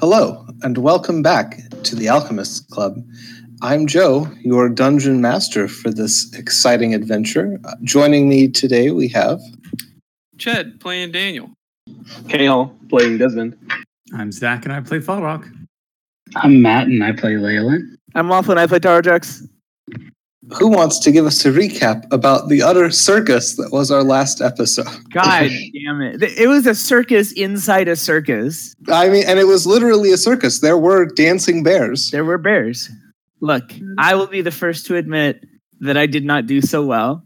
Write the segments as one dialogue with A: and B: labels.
A: Hello, and welcome back to the Alchemists Club. I'm Joe, your dungeon master for this exciting adventure. Uh, joining me today, we have
B: Ched playing Daniel.
C: Cahill playing Desmond.
D: I'm Zach, and I play Fall Rock.
E: I'm Matt, and I play Leyland.
F: I'm Laughlin. I play Tarjax.
A: who wants to give us a recap about the utter circus that was our last episode.
F: God damn it! Th- It was a circus inside a circus.
A: I mean, and it was literally a circus. There were dancing bears.
F: There were bears. Look, I will be the first to admit that I did not do so well.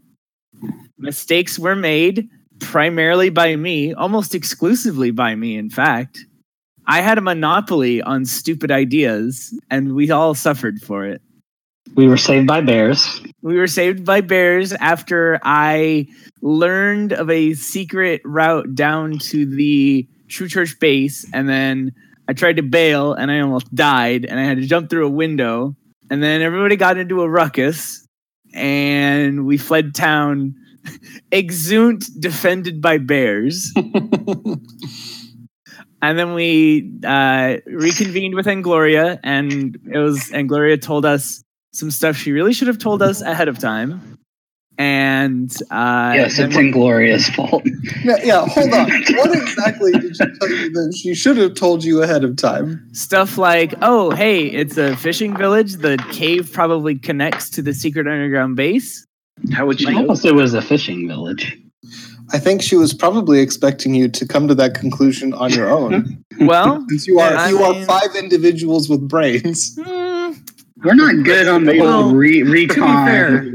F: Mistakes were made primarily by me, almost exclusively by me, in fact. I had a monopoly on stupid ideas, and we all suffered for it.
E: We were saved by bears.
F: We were saved by bears after I learned of a secret route down to the True Church base, and then I tried to bail and I almost died, and I had to jump through a window, and then everybody got into a ruckus, and we fled town, exunt defended by bears, and then we uh, reconvened with Angloria, and it was Angloria told us some stuff she really should have told us ahead of time. And uh,
E: yes,
F: then
E: it's Ingloria's fault.
A: Yeah, yeah, hold on. What exactly did she tell you that she should have told you ahead of time?
F: stuff like, oh, hey, it's a fishing village. The cave probably connects to the secret underground base.
C: How would you know?
E: Almost it was a fishing village.
A: I think she was probably expecting you to come to that conclusion on your own.
F: Well,
A: Since you are
F: Yeah, I
A: you are
F: mean-
A: five individuals with brains.
F: hmm,
E: We're not good on the
D: Well,
E: whole re-
D: fair-
E: recon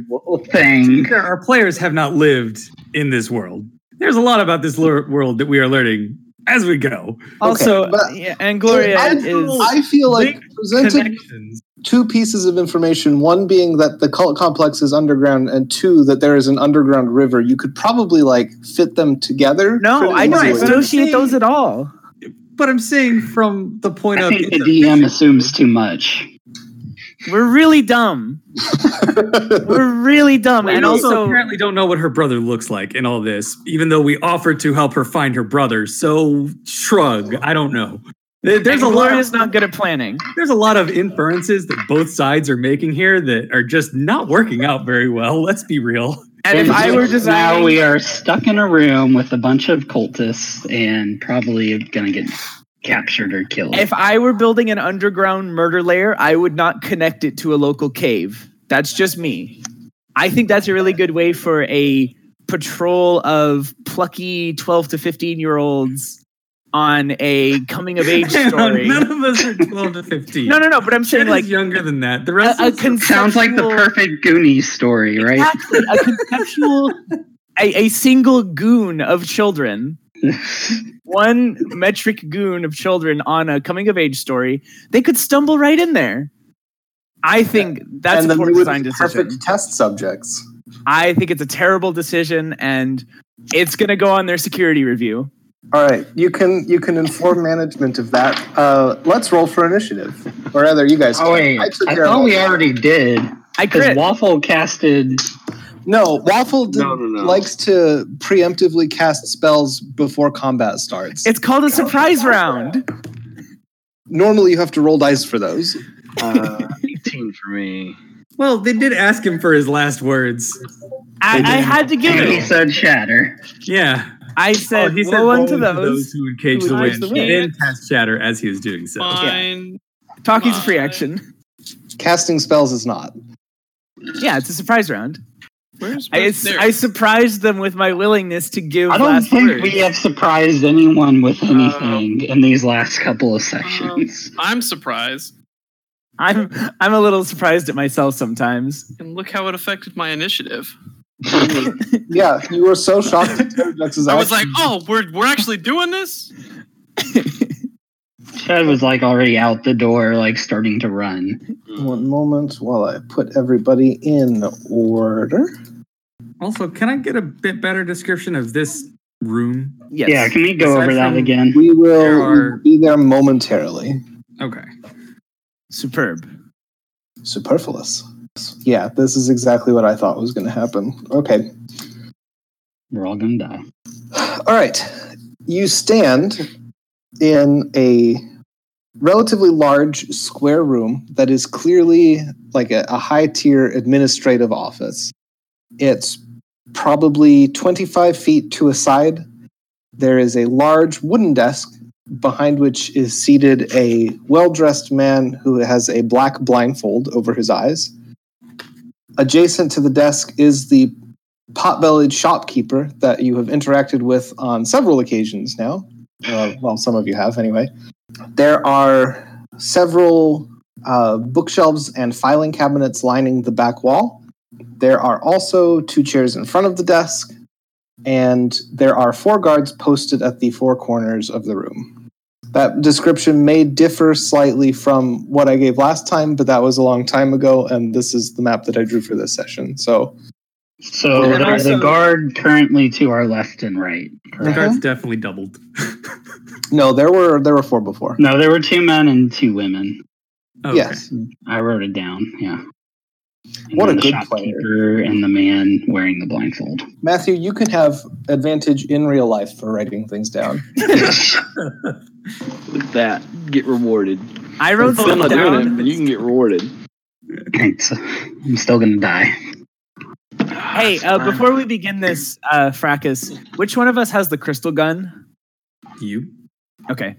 E: thing.
D: There, our players have not lived in this world. There's a lot about this lur- world that we are learning as we go.
F: also,
A: but-
F: yeah, and Gloria
A: I,
F: is.
A: I feel like
D: Big
A: presented
D: Connections.
A: two pieces of information one being that the cult complex is underground and two that there is an underground river you could probably like fit them together
F: no,
A: pretty
F: I don't
D: Right, but
A: easily.
D: I'm
F: associate
D: saying-
F: those at all.
D: But I'm saying from the point
E: I
D: of
E: think the DM assumes too much.
F: We're really dumb. We're really dumb.
D: and
F: and also,
D: apparently don't know what her brother looks like in all this, even though we offered to help her find her brother. So shrug. I don't know. There- There's a lot.
F: Gloria's
D: Of,
F: not good at planning.
D: there's a lot of inferences that both sides are making here that are just not working out very well. Let's be real.
F: And if
E: And
F: I were
E: now
F: designing,
E: we are stuck in a room with a bunch of cultists and probably gonna get captured or killed.
F: if I were building an underground murder layer, I would not connect it to a local cave. That's just me. I think that's a really good way for a patrol of plucky 12 to 15 year olds on a coming of age
D: Hang on,
F: story.
D: None of us are 12 to 15.
F: No, no, no, but I'm
D: Jen
F: saying like
D: is younger than that. The rest
F: a, a
D: of us are-
F: conceptual,
E: Sounds like the perfect Goonies story, right?
F: Exactly, a conceptual, a, a single goon of children, one metric goon of children on a coming of age story, they could stumble right in there. I think that's
A: and
F: a
A: then
F: poor
A: we would
F: design
A: be
F: decision.
A: perfect test subjects
F: I think it's a terrible decision, and it's going to go on their security review.
A: all right you can you can inform management of that uh let's roll for initiative or rather you guys
E: Oh wait, I,
A: took care of
E: thought
A: all
E: we
A: that.
E: already did
F: I
E: because
F: crit.
E: Waffle casted.
A: no waffle did,
C: No, no, no.
A: likes to preemptively cast spells before combat starts
F: It's called a surprise round.
A: normally you have to roll dice for those
C: Uh, 18 for me.
D: well, they did ask him for his last words.
F: I, I had to give
E: and He
F: it.
E: said shatter.
D: Yeah.
F: I
D: Oh,
F: said,
D: he said
F: woe unto
D: to
F: those.
D: who would cage
F: who
D: the
F: would cage
D: wind.
F: the
D: He
B: wind.
D: didn't cast Shatter as he was doing so.
B: Mine.
F: Talking's a free
B: Bye.
F: action.
A: casting spells is not
F: Yeah, it's a surprise round.
B: Where's
F: I,
B: my- there.
F: I surprised them with my willingness to give
E: I don't
F: last
E: think
F: words.
E: we have surprised anyone with anything in these last couple of sections.
B: I'm surprised,
F: I'm I'm a little surprised at myself sometimes.
B: and look how it affected my initiative.
A: yeah you were so shocked at Terrordux's
B: I was like,
A: action.
B: "Oh, we're we're actually doing this."
E: Chad was like already out the door, like starting to run.
A: One moment while I put everybody in order.
D: Also, can I get a bit better description of this room?
F: Yes.
E: Yeah, can we go
D: Aside
E: over that
D: from-
E: again?
A: We will
D: There are-
A: be there momentarily.
D: Okay.
F: Superb.
A: Superfluous. Yeah, this is exactly what I thought was going to happen. Okay.
E: We're all gonna die.
A: All right. You stand in a relatively large square room that is clearly like a, a high tier administrative office. It's probably 25 feet to a side. There is a large wooden desk behind which is seated a well dressed man who has a black blindfold over his eyes. Adjacent to the desk is the pot-bellied shopkeeper that you have interacted with on several occasions now. Uh, well, some of you have anyway. There are several uh, bookshelves and filing cabinets lining the back wall. There are also two chairs in front of the desk, and there are four guards posted at the four corners of the room. That description may differ slightly from what I gave last time, but that was a long time ago, and this is the map that I drew for this session. So,
E: So
B: And
E: are the
B: also-
E: guard currently to our left and right.
D: The
A: Uh-huh.
E: correct?
D: guard's definitely doubled.
A: no, there were there were four before.
E: No, there were two men and two women.
F: Oh,
D: Okay.
A: Yes.
E: I wrote it down. Yeah. And
A: What
E: then
A: a
E: the
A: good
E: shopkeeper and the man wearing the blindfold.
A: Matthew, you can have advantage in real life for writing things down.
C: Look at that. Get rewarded.
F: I wrote
C: Still
F: them
C: not doing it,
F: Oh, down.
C: but you can get rewarded.
E: Thanks. I'm still gonna die.
F: Hey, uh, before we begin this uh, fracas, which one of us has the crystal gun?
D: You.
F: Okay.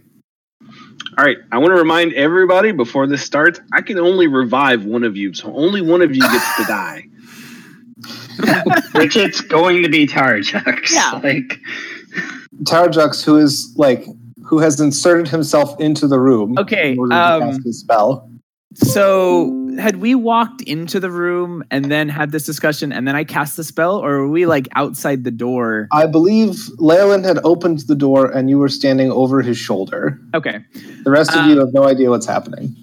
C: All right, I want to remind everybody before this starts, I can only revive one of you, so only one of you gets to die.
E: Which it's going to be Tara Chucks.
F: Yeah.
E: Like
A: Tarajux, who is like who has inserted himself into the room
F: Okay.
A: in order to
F: Um,
A: cast his spell.
F: so had we walked into the room and then had this discussion and then I cast the spell, or were we like outside the door?
A: I believe Leyland had opened the door and you were standing over his shoulder.
C: Uh,
F: Okay.
A: The rest of
F: Uh,
A: you have no idea what's happening.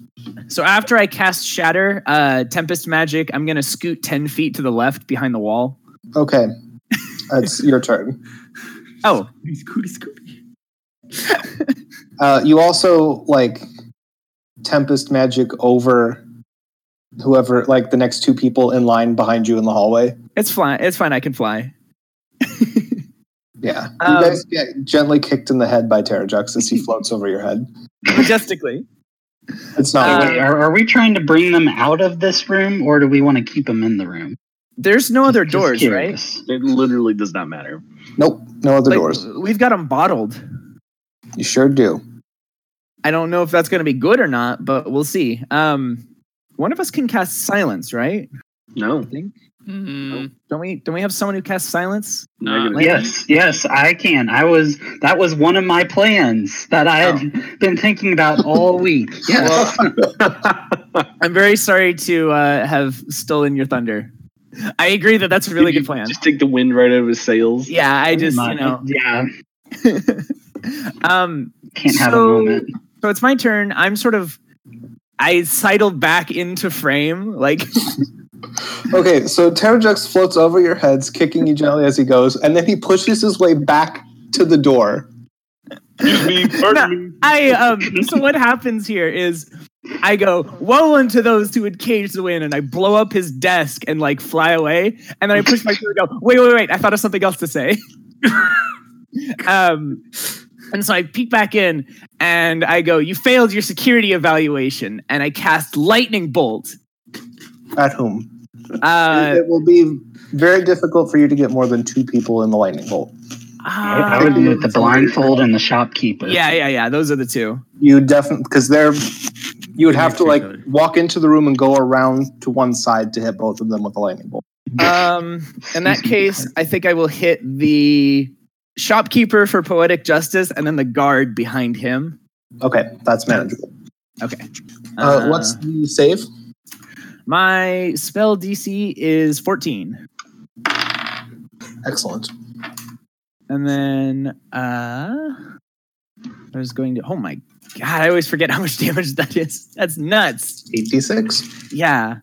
F: So after I cast Shatter, uh, Tempest Magic, I'm gonna scoot ten feet to the left behind the wall.
A: Okay. It's your turn.
F: Oh,
D: Scooty, scooty.
A: Uh, you also like tempest magic over whoever like the next two people in line behind you in the hallway.
F: it's fly. It's fine. I can fly.
A: Yeah.
F: Um,
A: you guys get gently kicked in the head by Terrajux as he floats over your head.
F: Majestically.
A: It's not
F: Uh,
E: Oh, wait, are, are we trying to bring them out of this room or do we want to keep them in the room?
F: There's no other
E: Just
F: Oh, doors, right?
E: curious.
C: It literally does not matter.
A: Nope, no other
F: Like,
A: doors.
F: We've got them bottled.
A: You sure do.
F: I don't know if that's going to be good or not, but we'll see. Um, one of us can cast silence, right?
C: No.
B: Hmm.
F: Don't we? Don't we have someone who casts silence?
B: Nah.
C: Negative.
F: Like-
E: Yes, yes, I can. I was that was one of my plans that I had
F: Oh.
E: been thinking about all week. Yes.
F: I'm very sorry to uh, have stolen your thunder. I agree that that's a really good plan.
C: Just take the wind right out of his sails.
F: Yeah, I just you know.
E: Yeah.
F: um,
E: Can't have a
F: So-
E: moment.
F: so it's my turn. I'm sort of I sidled back into frame, like
A: Okay, so Terrajux floats over your heads, kicking you gently as he goes, and then he pushes his way back to the door.
C: Excuse me, pardon me.
F: I um so what happens here is I go, woe unto those who would cage the wind, and I blow up his desk and like fly away. And then I push my finger and go, wait, wait, wait, I thought of something else to say. um and so I peek back in and I go, you failed your security evaluation, and I cast lightning bolt.
A: At whom?
F: Uh,
A: it will be very difficult for you to get more than two people in the lightning bolt.
E: I I would do it the blindfold and the shopkeeper.
F: uh, ah, yeah, yeah, yeah. Those are the two.
A: You definitely because they're you would have
D: Next
A: to
D: to
A: like
D: each other.
A: walk into the room and go around to one side to hit both of them with the lightning bolt.
F: Um, in that case, I think I will hit the shopkeeper for poetic justice, and then the guard behind him.
A: Okay, that's manageable.
F: Okay.
A: Uh, what's the save?
F: my spell DC is fourteen,
A: Excellent.
F: and then uh, I was going to. Oh my god! I always forget how much damage that is. That's nuts.
A: Eight d six.
F: Yeah.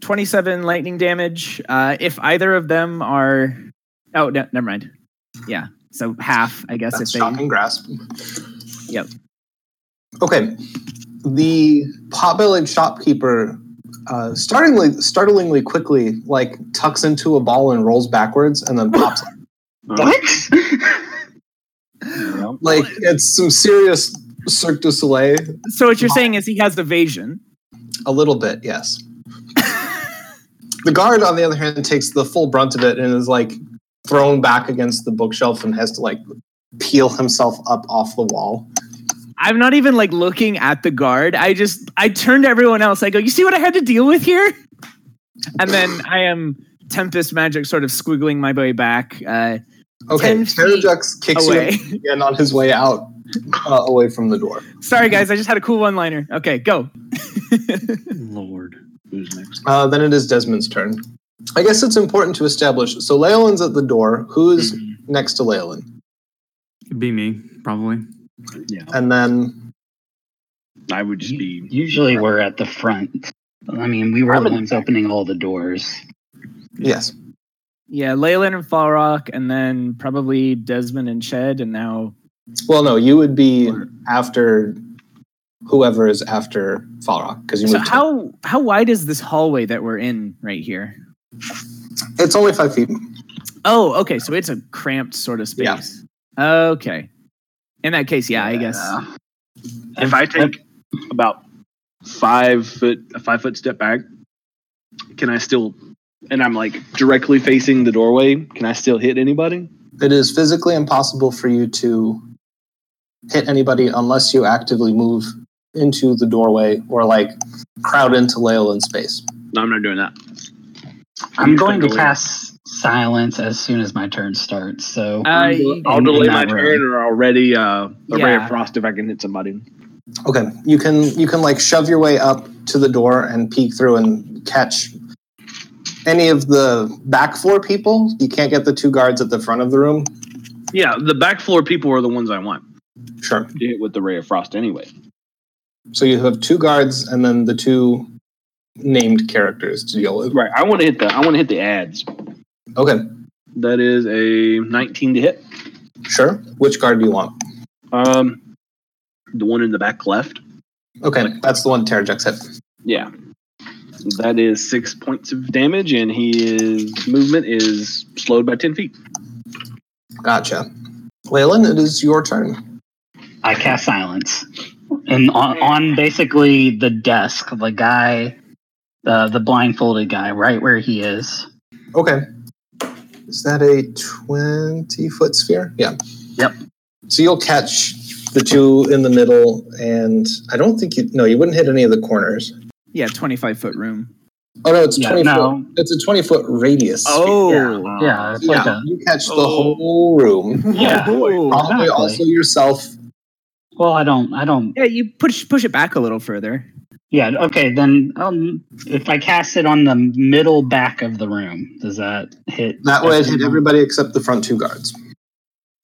F: Twenty-seven lightning damage. Uh, if either of them are, oh no, never mind. Yeah, so half, I guess.
A: That's
F: if they,
A: shocking grasp.
F: Yep.
A: Okay. The potbellied shopkeeper, uh, startlingly, startlingly quickly, like tucks into a ball and rolls backwards, and then pops.
E: What?
C: Yep.
A: Like it's some serious Cirque du Soleil.
F: So what you're saying is he has evasion.
A: A little bit, yes. the guard, on the other hand, takes the full brunt of it and is like thrown back against the bookshelf and has to like peel himself up off the wall.
F: I'm not even like looking at the guard. I just I turn to everyone else. I go, "You see what I had to deal with here?" And then I am tempest magic, sort of squiggling my way back. Uh,
A: Okay,
F: Ten feet
A: Terrajux kicks
F: away.
A: you again on his way out, uh, away from the door.
F: Sorry, guys. I just had a cool one-liner. Okay, go.
D: Lord.
C: Who's next?
A: Uh, then it is Desmond's turn. I guess it's important to establish. So Leyland's at the door. Who's next to Leyland?
D: It'd be me, probably.
C: Yeah,
A: And then
C: I would just be.
E: Usually we're at the front. I mean, we were the ones opening all the doors.
A: yes,
F: Yeah, Leyland and Falrock, and then probably Desmond and Ched, and now
A: well, no, you would be after whoever is after Falrock because you
F: so
A: moved.
F: how how wide is this hallway that we're in right here?
A: to- it's only five feet.
F: Oh, okay, so it's a cramped sort of
A: Yeah.
F: space. Okay. In that case, yeah, I guess.
E: Uh,
C: If I take about five foot, a five foot step back, can I still? And I'm like directly facing the doorway. Can I still hit anybody?
A: It is physically impossible for you to hit anybody unless you actively move into the doorway or like crowd into Leyland's space.
C: No, I'm not doing that.
E: I'm going to
C: Usually-
E: cast silence as soon as my turn starts. So
F: Uh,
C: I'll
E: in-
C: delay
E: in
C: my
E: that
C: turn,
E: room.
C: or I'll ready uh, a ray
F: Yeah.
C: of frost if I can hit somebody.
A: Okay, you can you can like shove your way up to the door and peek through and catch any of the back four people. You can't get the two guards at the front of the room.
C: Yeah, the back floor people are the ones I want
A: Sure.
C: to hit with the ray of frost anyway.
A: So you have two guards and then the two named characters to deal with.
C: Right. I want to hit the. I want to hit the ads.
A: Okay,
C: That is a 19 to hit.
A: sure. Which guard do you want?
C: Um, the one in the back left.
A: Okay, that's the one Terrajex hit.
C: Yeah. That is six points of damage, and he is movement is slowed by ten feet.
A: Gotcha. Leyland, it is your turn.
E: I cast silence, and on, on basically the desk, the guy, the the blindfolded guy, right where he is.
A: Okay. Is that a 20 foot sphere? Yeah.
E: Yep.
A: So you'll catch the two in the middle, and I don't think you, no, you wouldn't hit any of the corners.
F: Yeah, 25 foot room.
A: Oh, no, it's
E: Yeah,
A: 20
E: no.
A: foot. It's a 20 foot radius.
F: Oh.
E: Yeah, it's
A: sphere.
E: like
A: yeah.
E: a
A: You catch the
B: Oh.
A: whole room,
E: yeah.
F: Oh.
A: probably
E: Exactly.
A: also yourself.
E: Well, I don't, I don't.
F: Yeah, you push push it back a little further.
E: Yeah, okay. Then um, if I cast it on the middle back of the room, does that hit?
A: That way, it hit
E: everyone?
A: everybody except the front two guards.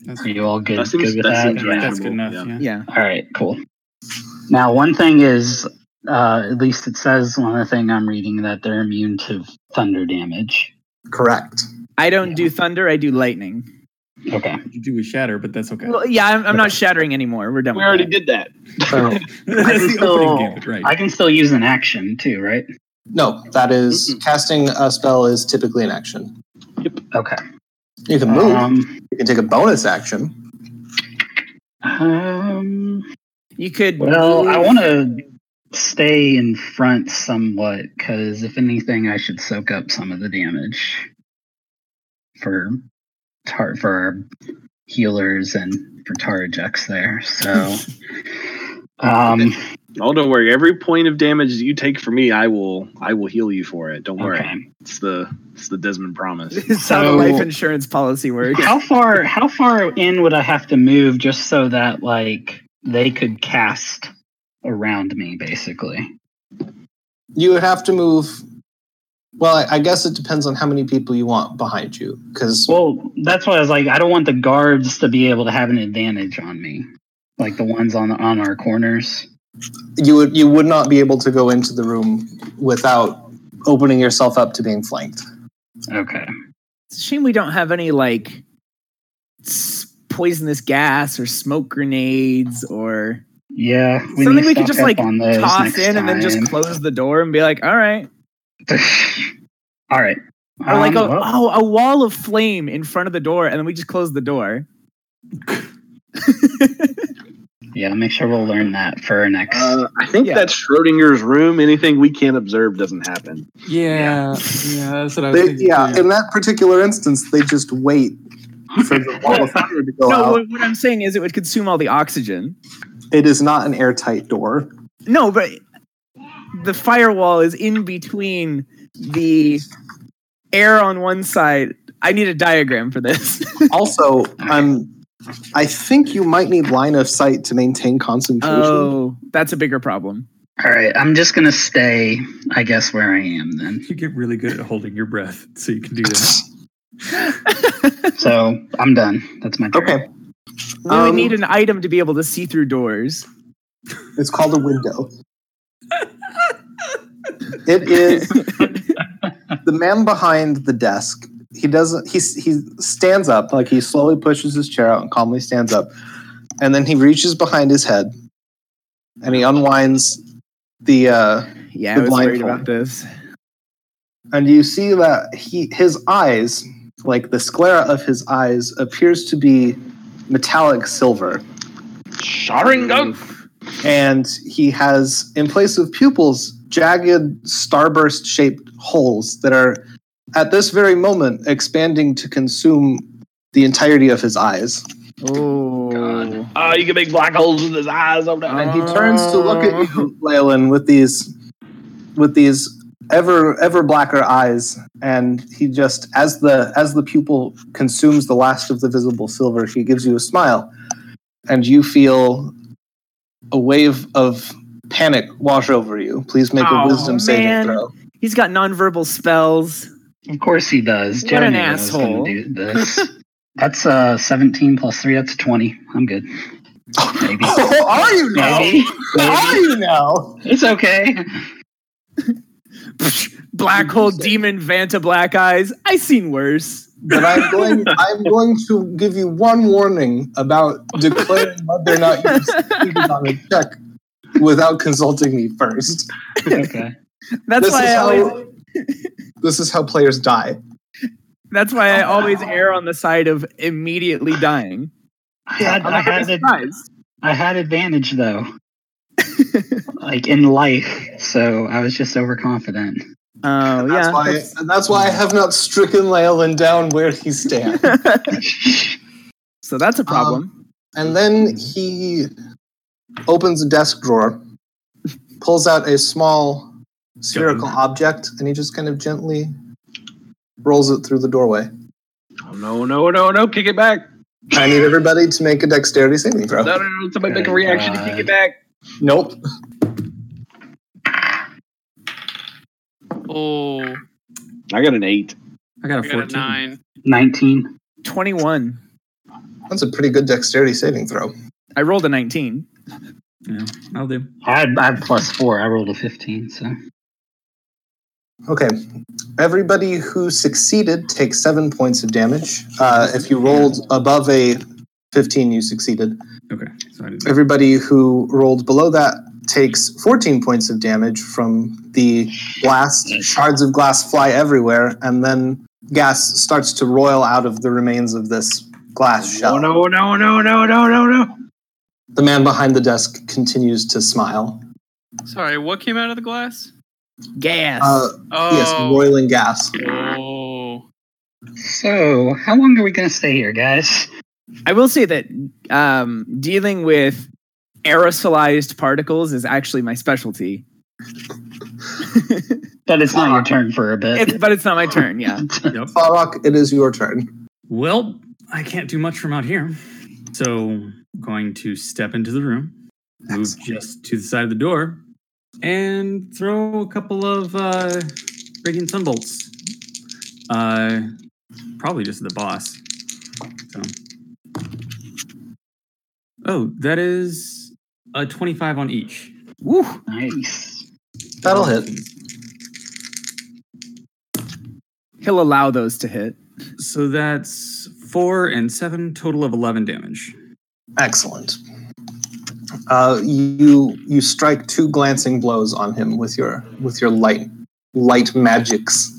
D: That's,
E: Are you all good,
C: That seems-
E: good with
C: that
E: that?
C: seems
E: Yeah.
D: that's good enough.
C: Yeah.
D: Yeah.
F: Yeah.
E: All right, cool. Now, one thing is, uh, at least it says on the thing I'm reading that they're immune to thunder damage.
A: Correct.
F: I don't
E: Yeah.
F: do thunder, I do lightning.
E: Okay.
D: You do a shatter, but that's okay.
F: Well, yeah, I'm, I'm not shattering anymore. We're done.
C: We
F: with
C: already
F: that.
C: did that.
A: So,
E: I
D: that's
E: can
D: the
E: still-
D: opening gambit, right?
E: I can still use an action too, right?
A: no, that is-
C: Mhm.
A: casting a spell is typically an action.
E: Okay.
A: You can move,
E: Um,
A: you can take a bonus action.
E: um,
F: You could.
E: well, I
F: move-
E: want to stay in front somewhat because if anything, I should soak up some of the damage for tar- for our healers and for Tarajux there. So. Um,
C: Oh, don't worry. Every point of damage that you take from me, I will. I will heal you for it. Don't worry.
E: okay.
C: It's the. It's the Desmond promise.
F: It's how the life
E: So-
F: insurance policy works.
E: How far how far in would I have to move just so that like they could cast around me basically?
A: You would have to move. Well, I, I guess it depends on how many people you want behind you, because
E: Well, that's why I was like I don't want the guards to be able to have an advantage on me. Like the ones on on our corners.
A: you would you would not be able to go into the room without opening yourself up to being flanked.
E: Okay.
F: It's a shame we don't have any like s- poisonous gas or smoke grenades or
E: Yeah.
F: something
E: to
F: we
E: stock
F: could just
E: up
F: like
E: on those
F: toss
E: next
F: in and then just
E: time.
F: close the door and be like, all right.
E: All right.
F: Or like
E: Um,
F: a,
E: well,
F: oh, a wall of flame in front of the door, and then we just close the door.
E: Yeah, make sure we'll learn that for our next.
C: Uh, I think
F: Yeah.
C: that's Schrodinger's room. Anything we can't observe doesn't happen.
D: Yeah, yeah, that's what I was
A: They,
D: thinking.
A: yeah,
D: too.
A: in that particular instance, they just wait for the wall of fire to go
F: no,
A: out.
F: what, what I'm saying is it would consume all the oxygen.
A: It is not an airtight door.
F: No, but the firewall is in between the air on one side. I need a diagram for this.
A: Also, um, I think you might need line of sight to maintain concentration.
F: oh, that's a bigger problem.
E: All right, I'm just gonna stay, I guess, where I am then.
D: you get really good at holding your breath, so you can do that.
E: So I'm done. That's my turn.
A: okay,
F: We would
A: Um,
F: need an item to be able to see through doors.
A: it's called a window. it is the man behind the desk. He doesn't. He he stands up like he slowly pushes his chair out and calmly stands up, and then he reaches behind his head, and he unwinds the. Uh,
F: Yeah,
A: The
F: I was worried
A: blindfold.
F: about this.
A: and you see that he his eyes like the sclera of his eyes appears to be metallic silver
C: Sharingan.
A: and he has in place of pupils jagged starburst shaped holes that are at this very moment expanding to consume the entirety of his eyes
F: Oh,
C: Oh, you can make black holes with his eyes. Oh, no.
A: and he turns to look at you Leyland, with these with these ever ever blacker eyes and he just as the as the pupil consumes the last of the visible silver he gives you a smile and you feel a wave of panic wash over you please make a
B: Oh,
A: wisdom saving
F: man.
A: throw
F: he's got nonverbal spells.
E: Of course he does.
F: What an
E: Jeremy was gonna
F: asshole.
E: do this. that's uh 17 plus 3, that's 20. I'm good. Maybe.
A: oh, are you now
E: Maybe.
A: are you now
E: It's okay.
F: Black hole demon Vanta Black Eyes. I seen worse.
A: but i'm going i'm going to give you one warning about declaring whether or not you succeeded on a check without consulting me first
E: Okay.
F: That's
A: This
F: why
A: is
F: I
A: how-
F: always
A: this is how players die.
F: that's why I always err on the side of immediately dying.
E: I had, I,
F: I'm
E: had, ad-
F: surprised.
E: I had advantage though. like in life. So I was just overconfident.
F: Oh
A: That's
F: yeah.
A: why.
F: that's-
A: and that's why I have not stricken Leyland down where he stands.
F: so that's
A: Um,
F: a problem.
A: and then he opens a desk drawer, pulls out a small spherical object, and he just kind of gently rolls it through the doorway.
C: Oh, no, no, no, no. Kick it back.
A: I need everybody to make a dexterity saving throw.
C: No, no, no. Somebody make a
E: Good
C: reaction to
E: God.
C: kick it back.
A: Nope.
B: Oh, I
C: I got an eight.
D: I got a
B: got a
D: fourteen.
B: nine.
E: 19.
F: Twenty-one.
A: That's a pretty good dexterity saving throw.
F: I rolled a nineteen.
D: Yeah, I'll do.
E: I had, I had plus 4. I rolled a 15, so.
A: Okay. Everybody who succeeded takes seven points of damage. Uh, if you rolled above a 15, you succeeded.
D: Okay, so I did. that.
A: Everybody who rolled below that takes 14 points of damage from the blast. Shards of glass fly everywhere, and then gas starts to roil out of the remains of this glass
C: Oh,
A: shell.
C: no, no, no, no, no, no, no.
A: The man behind the desk continues to smile.
B: Sorry, what came out of the glass?
F: Gas.
A: Uh,
B: Oh,
A: Yes, roiling gas.
B: Oh,
E: So, how long are we going to stay here, guys?
F: I will say that um, dealing with aerosolized particles is actually my specialty.
E: But it's not your turn for a bit.
F: Uh, It's, but it's not my turn. Yeah.
D: Yep.
A: Farok, it is your turn.
D: Well, I can't do much from out here, so I'm going to step into the room, move just to the side of the door, and throw a couple of uh, radiant sunbolts. Uh, probably just at the boss. So. Oh, that is a twenty-five on each.
F: Woo.
E: nice.
A: That'll hit.
F: He'll allow those to hit.
D: So that's four and seven, total of eleven damage.
A: Excellent. Uh, you you strike two glancing blows on him with your with your light light magics.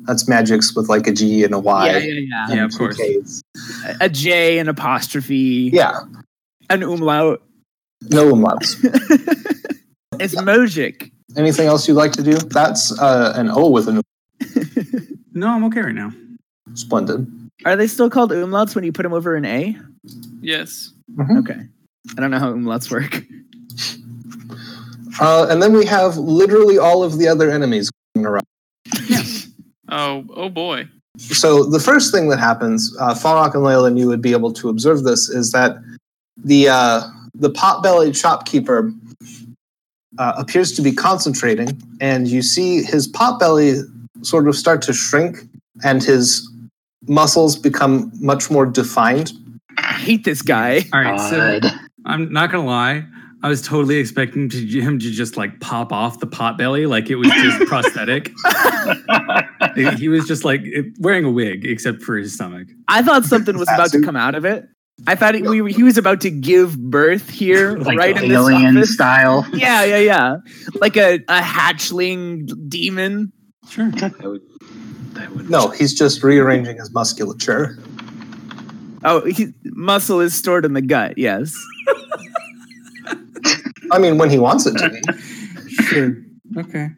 A: That's magics with like a G and a Y.
F: Yeah, yeah, yeah.
A: and
D: Yeah, of
A: two
D: course.
A: Ks.
F: A J, an apostrophe,
A: Yeah,
F: an umlaut.
A: no umlauts.
F: It's Mojic.
A: Anything else you'd like to do? That's uh, an O with an
D: No, I'm okay right now.
A: umlaut. Splendid.
F: Are they still called umlauts when you put them over an A?
B: Yes.
F: Okay. I don't know how umlauts work.
A: Uh, and then we have literally all of the other enemies going around.
B: Oh, oh boy.
A: So the first thing that happens, uh, Falrock and Leland, you would be able to observe this, is that the uh, the pot-bellied shopkeeper uh, appears to be concentrating, and you see his pot belly sort of start to shrink, and his muscles become much more defined.
F: I hate this guy.
D: All right, so
E: God.
D: I'm not gonna lie. I was totally expecting to, him to just like pop off the pot belly, like it was just prosthetic. He- he was just like it- wearing a wig, except for his stomach.
F: I thought something was about to
A: Fatsuit.
F: come out of it. I thought he, we, were- he was about to give birth here,
D: Like
F: right in this
E: alien
F: office.
E: style.
F: Yeah, yeah, yeah. Like a, a hatchling demon.
D: Sure.
C: That would, that would
A: No, he's just rearranging his musculature.
F: Oh, he, muscle is stored in the gut, yes.
A: I mean, when he wants it to be.
D: Sure. Okay.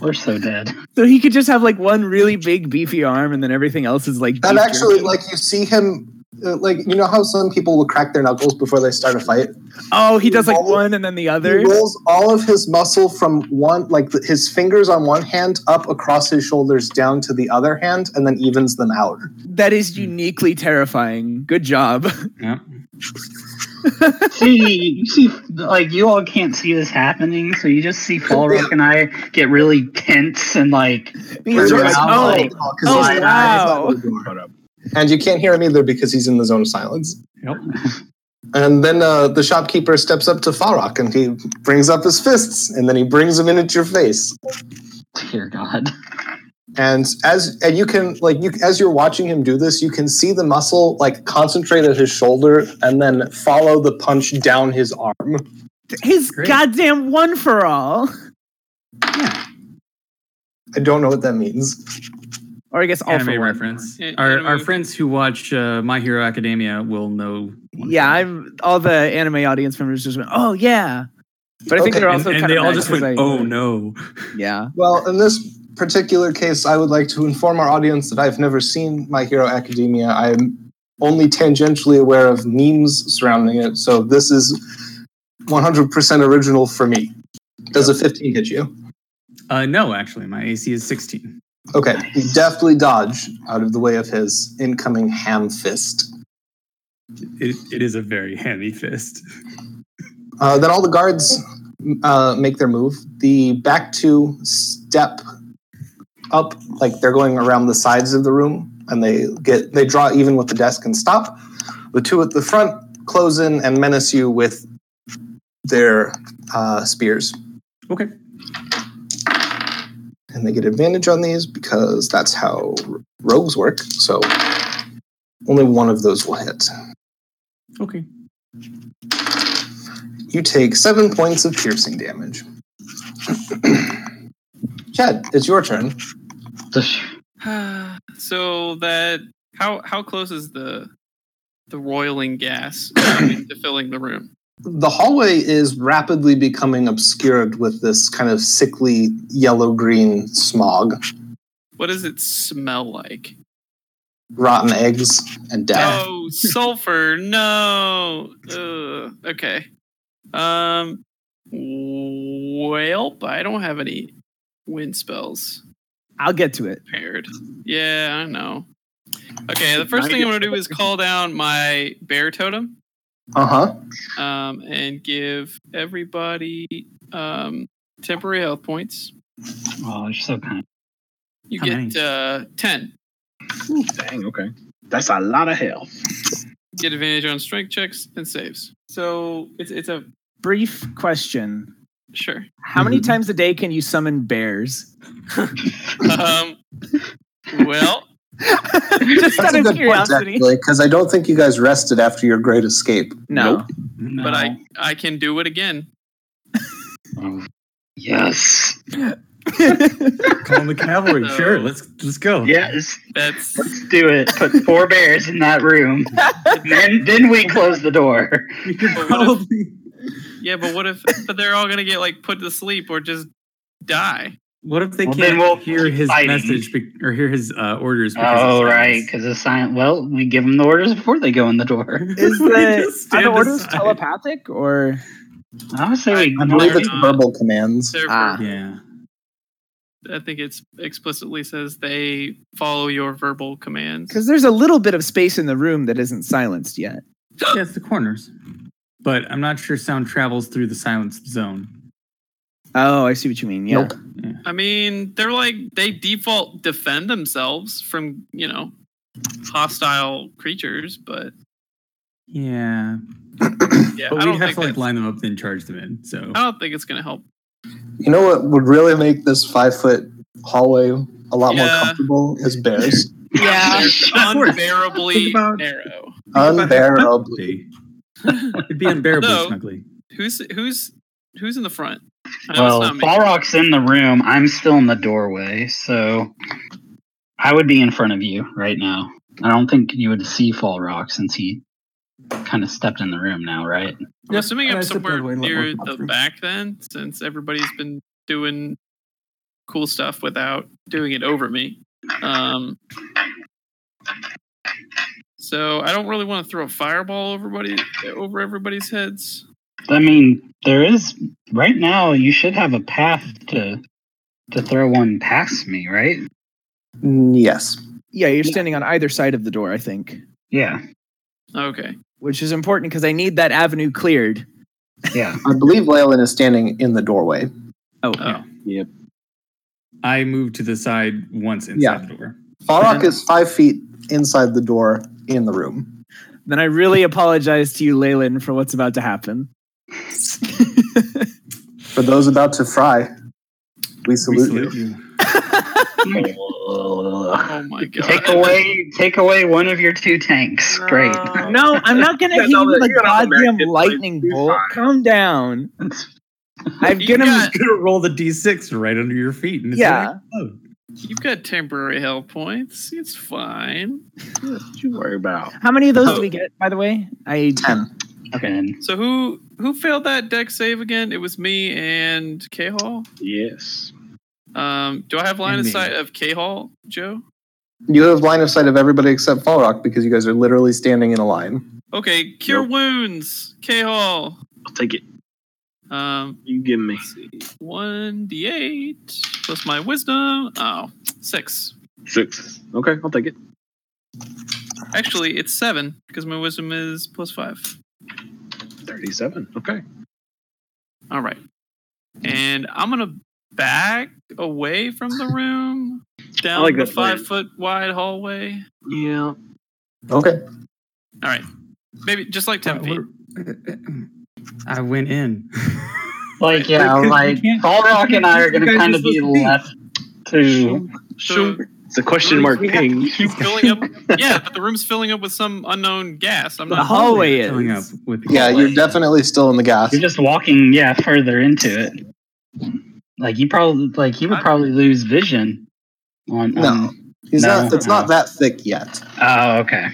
E: We're so dead.
F: So he could just have like one really big beefy arm and then everything else is like.
A: That
F: beef
A: actually,
F: jerky.
A: like, you see him, uh, like, you know how some people will crack their knuckles before they start a fight?
F: Oh, he does like
A: Roll-
F: one and then the
A: He
F: other.
A: rolls all of his muscle from one, like, th- his fingers on one hand up across his shoulders down to the other hand, and then evens them out.
F: That is uniquely terrifying. Good job.
D: Yeah.
E: see, you see, like you all can't see this happening, so you just see Falrock and I get really tense and like
F: These are
E: Sure.
F: like,
E: Wow.
F: oh, oh, wow.
A: And you can't hear him either because he's in the zone of silence.
D: Yep.
A: And then uh, the shopkeeper steps up to Farrock and he brings up his fists and then he brings them in at your face.
E: dear God.
A: and as and you can like you as you're watching him do this you can see the muscle like concentrate at his shoulder and then follow the punch down his arm
F: his
D: Great.
F: goddamn one for all.
A: i don't know what that means
F: Or I guess all for
D: Anime
F: one.
D: reference.
B: Yeah,
D: Our,
B: anime.
D: our friends who watch uh, My Hero Academia will know. one
F: Yeah,
D: for one.
F: I'm all the anime audience members just went, oh yeah. But I think
A: Okay.
F: they're
D: And,
F: also
D: and
F: kind
D: they
F: of
D: all
F: mad
D: just
F: 'cause
D: went,
F: I-
D: "Oh no!"
F: yeah.
A: well in this particular case i would like to inform our audience that i've never seen my hero academia i'm only tangentially aware of memes surrounding it so this is 100% original for me does a 15 hit you
D: Uh, no, actually, my AC is 16.
A: okay you
E: Nice.
A: deftly dodge out of the way of his incoming ham fist
D: It, it is a very heavy fist.
A: Uh, then all the guards uh, make their move. The back two step up, like they're going around the sides of the room, and they get they draw even with the desk and stop. The two at the front close in and menace you with their uh, spears,
D: Okay.
A: and they get advantage on these because that's how r- rogues work. So only one of those will hit.
D: Okay.
A: You take seven points of piercing damage. Chad, it's your turn.
B: so that how how close is the the roiling gas to filling the room?
A: The hallway is rapidly becoming obscured with this kind of sickly yellow green smog,
B: What does it smell like?
A: rotten eggs, and death.
B: Oh, sulfur! No. Ugh. Okay. Um. Well, I don't have any wind spells
F: I'll get to it.
B: paired. Yeah, I know. Okay, the first thing I'm gonna do is call down my bear totem.
A: Uh huh.
B: um, and give everybody um, temporary health points.
E: Oh, you're so kind.
B: You
D: How
B: get
D: many?
B: uh, 10.
C: Dang, okay. That's a lot of health.
B: Get advantage on strength checks and saves. So it's, it's a
F: Brief question.
B: sure.
F: How many times a day can you summon bears?
B: Um, well,
F: Just out of curiosity.
A: because I don't think you guys rested after your great escape.
F: no.
B: but I, I can do it again.
E: Oh, yes.
D: Call the cavalry.
B: No.
D: Sure, let's let's go.
E: Yes,
B: That's
E: let's do it. Put four bears in that room. Then then we close the door.
D: We could
B: But what if-
D: probably.
B: yeah, but what if? But they're all gonna get like put to sleep or just die.
D: What if they
E: Well, then
D: can't
E: we'll
D: hear
E: keep
D: his
E: fighting.
D: message be- or hear his uh, orders? because
E: Oh
D: of
E: right,
D: silence?
E: because it's silent. Well, we give them the orders before they go in the door.
F: Is
D: We
F: the
D: just
F: are the
D: stand
F: orders
D: aside.
F: telepathic or
E: I would say we
A: I
B: No,
A: believe
B: they're
A: it's
B: not.
A: verbal commands.
B: They're-
F: Ah.
D: Yeah.
B: I think it's explicitly says they follow your verbal commands.
F: because there's a little bit of space in the room that isn't silenced yet?
D: yeah, it's the corners. But I'm not sure sound travels through the silence zone.
F: Oh, I see what you mean. Yeah.
A: Nope.
B: I mean, they're like they default defend themselves from you know hostile creatures, but yeah,
D: Yeah, but
B: I
D: we'd
B: don't think
D: have to like
B: that's-
D: line them up, then charge them in. So
B: I don't think it's gonna help.
A: You know what would really make this five foot hallway a lot
B: Yeah.
A: more comfortable is bears.
B: They're
F: Yeah.
D: course.
B: unbearably
D: Think about-
B: narrow. Oh,
A: Unbearably.
D: it'd be unbearably
B: No.
D: snuggly.
B: Who's who's who's in the front? I know
E: Well,
B: it's not me.
E: Balrog's in the room. I'm still in the doorway, so I would be in front of you right now. I don't think you would see Falrock since he kind of stepped in the room now, right?
B: I'm assuming I'm
D: I stepped out
B: somewhere
D: of the way and let
B: near
D: Mark
B: the
D: through.
B: back then, since everybody's been doing cool stuff without doing it over me. Um, so I don't really want to throw a fireball over everybody over everybody's heads.
E: I mean, there is right now. You should have a path to to throw one past me, right?
A: Mm, Yes.
F: Yeah, you're standing on either side of the door, I think,
E: Yeah,
B: Okay.
F: which is important because I need that avenue cleared.
E: yeah.
A: I believe Leyland is standing in the doorway.
F: Oh,
B: Oh,
D: I moved to the side once inside
A: Yeah.
D: the door.
A: Falrock is five feet inside the door in the room.
F: then I really apologize to you, Leyland, for what's about to happen.
A: For those about to fry, we
D: We
A: salute,
D: salute
A: you.
D: you.
B: oh my god.
E: take away, take away one of your two tanks. Great.
F: no, I'm not gonna
G: You
F: hit
G: got all
F: you with
G: the-
F: a
G: you got all the
F: goddamn
G: American
F: lightning
G: plates.
F: bolt. Calm down. I've
B: You
F: given him.
B: got-
D: Gonna roll the d6 right under your feet. And it's
F: Yeah.
D: gonna explode.
B: You've got temporary hell points. It's fine.
C: What you worry about?
F: How many of those
B: Oh.
F: did we get, by the way? I
A: Ten.
E: Okay.
B: So who who failed that deck save again? It was me and K Hall.
C: Yes.
B: Um, do I have line
D: And
B: of
D: me.
B: sight of K Hall, Joe?
A: You have line of sight of everybody except Falrock because you guys are literally standing in a line.
B: Okay, cure
C: Nope.
B: wounds, K Hall.
C: I'll take it.
B: Um,
C: You give me.
B: one d eight plus my wisdom. Oh, six.
C: Six. Okay, I'll take it.
B: Actually, it's seven because my wisdom is plus five.
C: 37. Okay.
B: All right, and I'm gonna back away from the room down
C: like
B: the
C: that plan.
B: five foot wide hallway.
C: Yeah.
A: Okay.
B: All right, maybe just like ten feet.
D: I went in.
E: Like yeah,
D: Because you
E: like
D: can't-
E: Falrock and I are gonna
D: you guys
E: kind
D: are
E: of be
D: supposed to be.
E: left to
B: So
C: It's a question mark
D: We have to
C: ping.
B: it's filling up, yeah, but the room's filling up with some unknown gas. I'm
F: The
B: not.
F: hallway is.
D: filling up with
A: Yeah, you're definitely still in the gas.
E: You're just walking, yeah, further into it. Like you probably, like you would probably lose vision. On,
A: No.
E: on-
A: He's
E: No.
A: not, it's not that thick yet.
E: oh, okay.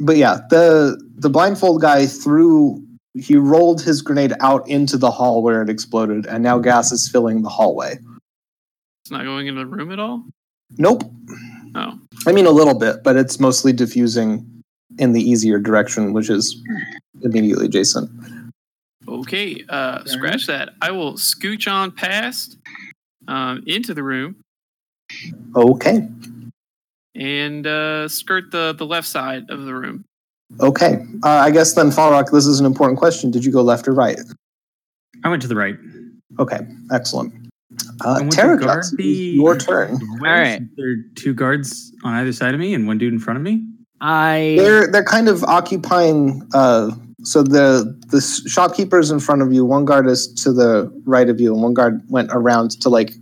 A: But yeah, the the blindfold guy threw he rolled his grenade out into the hall where it exploded, and now gas is filling the hallway.
B: It's not going into the room at all.
A: Nope.
B: Oh,
A: I mean a little bit, but it's mostly diffusing in the easier direction, which is immediately adjacent.
B: okay. Uh, scratch that. I will scooch on past um, into the room
A: Okay.
B: and uh, skirt the the left side of the room.
A: Okay. Uh, I guess then, Falrock, this is an important question. Did you go left or right?
D: I went to the right.
A: Okay. Excellent. Uh,
D: And would the guard
A: Terragux,
D: be-
A: your turn.
D: All
F: right.
D: There are two guards on either side of me and one dude in front of me.
F: I.
A: They're they're kind of occupying. Uh, so the the s- shopkeepers in front of you. One guard is to the right of you, and one guard went around to like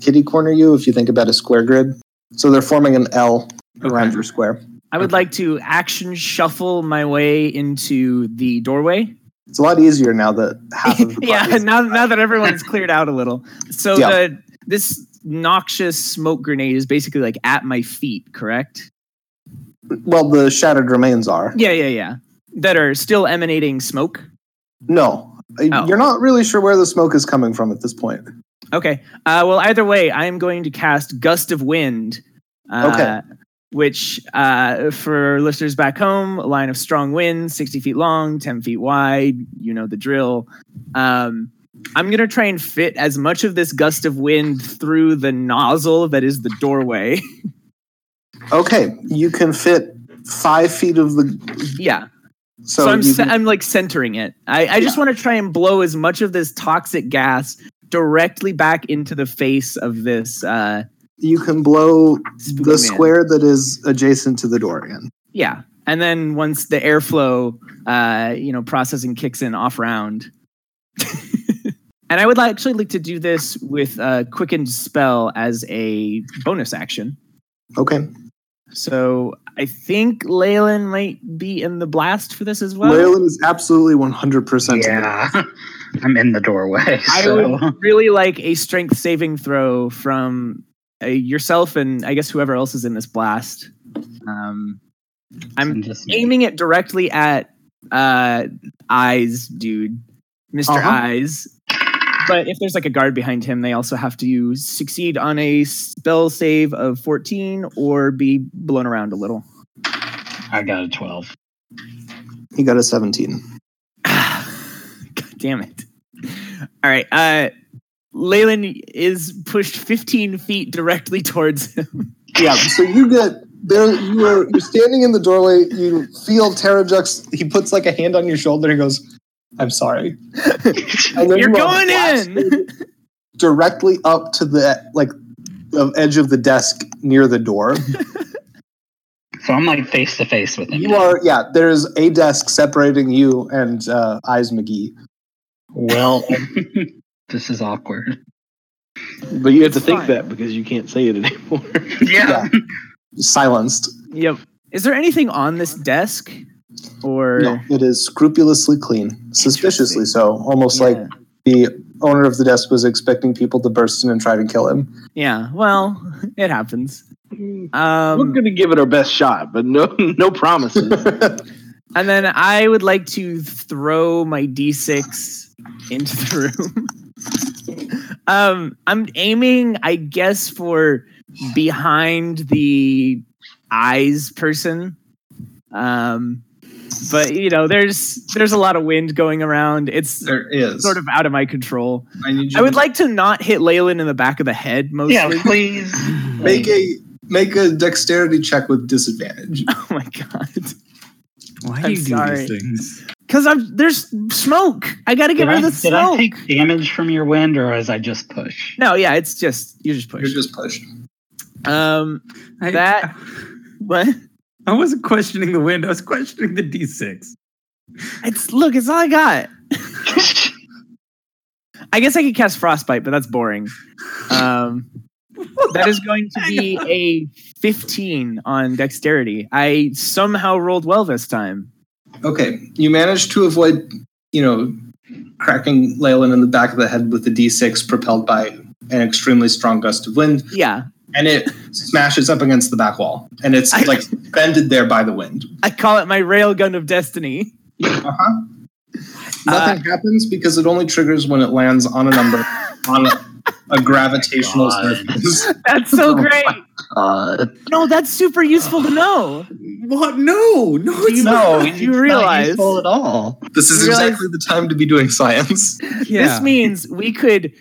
A: kitty corner you. If you think about a square grid, so they're forming an L around
D: Okay.
A: your square.
F: I would like to action shuffle my way into the doorway.
A: It's a lot easier now that half of the
F: yeah,
A: party's-
F: now, now that everyone's cleared out a little. So
A: Yeah.
F: the this noxious smoke grenade is basically like at my feet, correct?
A: Well, the shattered remains are.
F: Yeah, yeah, yeah. That are still emanating smoke.
A: No,
F: Oh.
A: you're not really sure where the smoke is coming from at this point.
F: Okay. Uh, well, either way, I am going to cast Gust of Wind. Uh,
A: Okay.
F: Which, uh, for listeners back home, a line of strong wind, 60 feet long, 10 feet wide. You know the drill. Um, I'm going to try and fit as much of this gust of wind through the nozzle that is the doorway.
A: Okay, you can fit five feet of the.
F: yeah.
A: So,
F: So, I'm,
A: you
F: ce-
A: can-
F: I'm like centering it. I, I just want to try and blow as much of this toxic gas directly back into the face of this uh,
A: you can blow
F: spooky
A: the
F: man.
A: square that is adjacent to the door again.
F: Yeah. And then once the airflow, uh, you know, processing kicks in off round. and I would li- actually like to do this with a quickened spell as a bonus action.
A: Okay.
F: So I think Leyland might be in the blast for this as well.
A: Leyland is absolutely 100%.
E: Yeah, I'm in the doorway.
F: I
E: So
F: would really like a strength saving throw from uh, yourself and I guess whoever else is in this blast. Um, I'm
E: I'm just
F: aiming it directly at uh eyes dude mister
A: Uh-huh.
F: eyes but if there's like a guard behind him they also have to succeed on a spell save of 14 or be blown around a little
E: I got a twelve.
A: He got a 17.
F: god damn it all right uh Leyland is pushed 15 feet directly towards him.
A: Yeah, Um, so you get there. You are you're standing in the doorway. You feel Terrajux. He puts like a hand on your shoulder and goes, "I'm sorry." And then
F: You're
A: you are
F: going in!
A: blasted directly up to the like the edge of the desk near the door.
E: So I'm like face to face with him.
A: You
E: now.
A: are yeah. There's a desk separating you and uh, Eyes McGee.
E: well. this is awkward.
C: But you have to
F: It's
C: think
F: fine.
C: that because you can't say it anymore.
E: Yeah.
A: Silenced.
F: Yep. Is there anything on this desk? Or
A: No, it is scrupulously clean, suspiciously so. Almost like
F: Yeah.
A: the owner of the desk was expecting people to burst in and try to kill him.
F: Yeah, well, it happens.
C: We're
F: Um,
C: gonna give it our best shot, but no, no promises.
F: and then I would like to throw my d6 into the room. um, I'm aiming, I guess, for behind the eyes person. Um, but you know, there's there's a lot of wind going around. It's
A: there is
F: sort of out of my control.
A: I need you
F: I
A: to
F: would like to not hit Leyland in the back of the head mostly.
E: Yeah, please.
A: make a make a dexterity check with disadvantage.
F: Oh my god.
D: Why
F: I'm
D: do you
F: sorry.
D: do these things?
F: Because I'm there's smoke. I gotta get
E: Did,
F: rid
E: I,
F: of the
E: did I
F: smoke.
E: take damage from your wind, or as I just push?
F: No, yeah, it's just you just
A: You're
F: push.
A: just pushed.
F: um,
D: I,
F: That- what?
D: I wasn't questioning the wind. I was questioning the d6.
F: It's look, it's all I got. I guess I could cast frostbite, but that's boring. Um, that is going to be a 15 on dexterity. I somehow rolled well this time.
A: Okay, you managed to avoid, you know, cracking Leyland in the back of the head with the D6 propelled by an extremely strong gust of wind,
F: Yeah,
A: and it smashes up against the back wall, and it's
F: I-
A: like bended there by the wind.
F: I call it my railgun of destiny. Uh,
A: Uh-huh. Nothing happens because it only triggers when it lands on a number on a gravitational
E: God.
A: surface.
F: That's
E: Oh
F: so great.
E: Uh,
F: No, that's super useful to know.
D: What? No, no, it's
F: No,
D: not.
F: you realize.
E: useful at all.
A: This is
F: You realize-
A: exactly the time to be doing science.
D: Yeah.
F: This means we could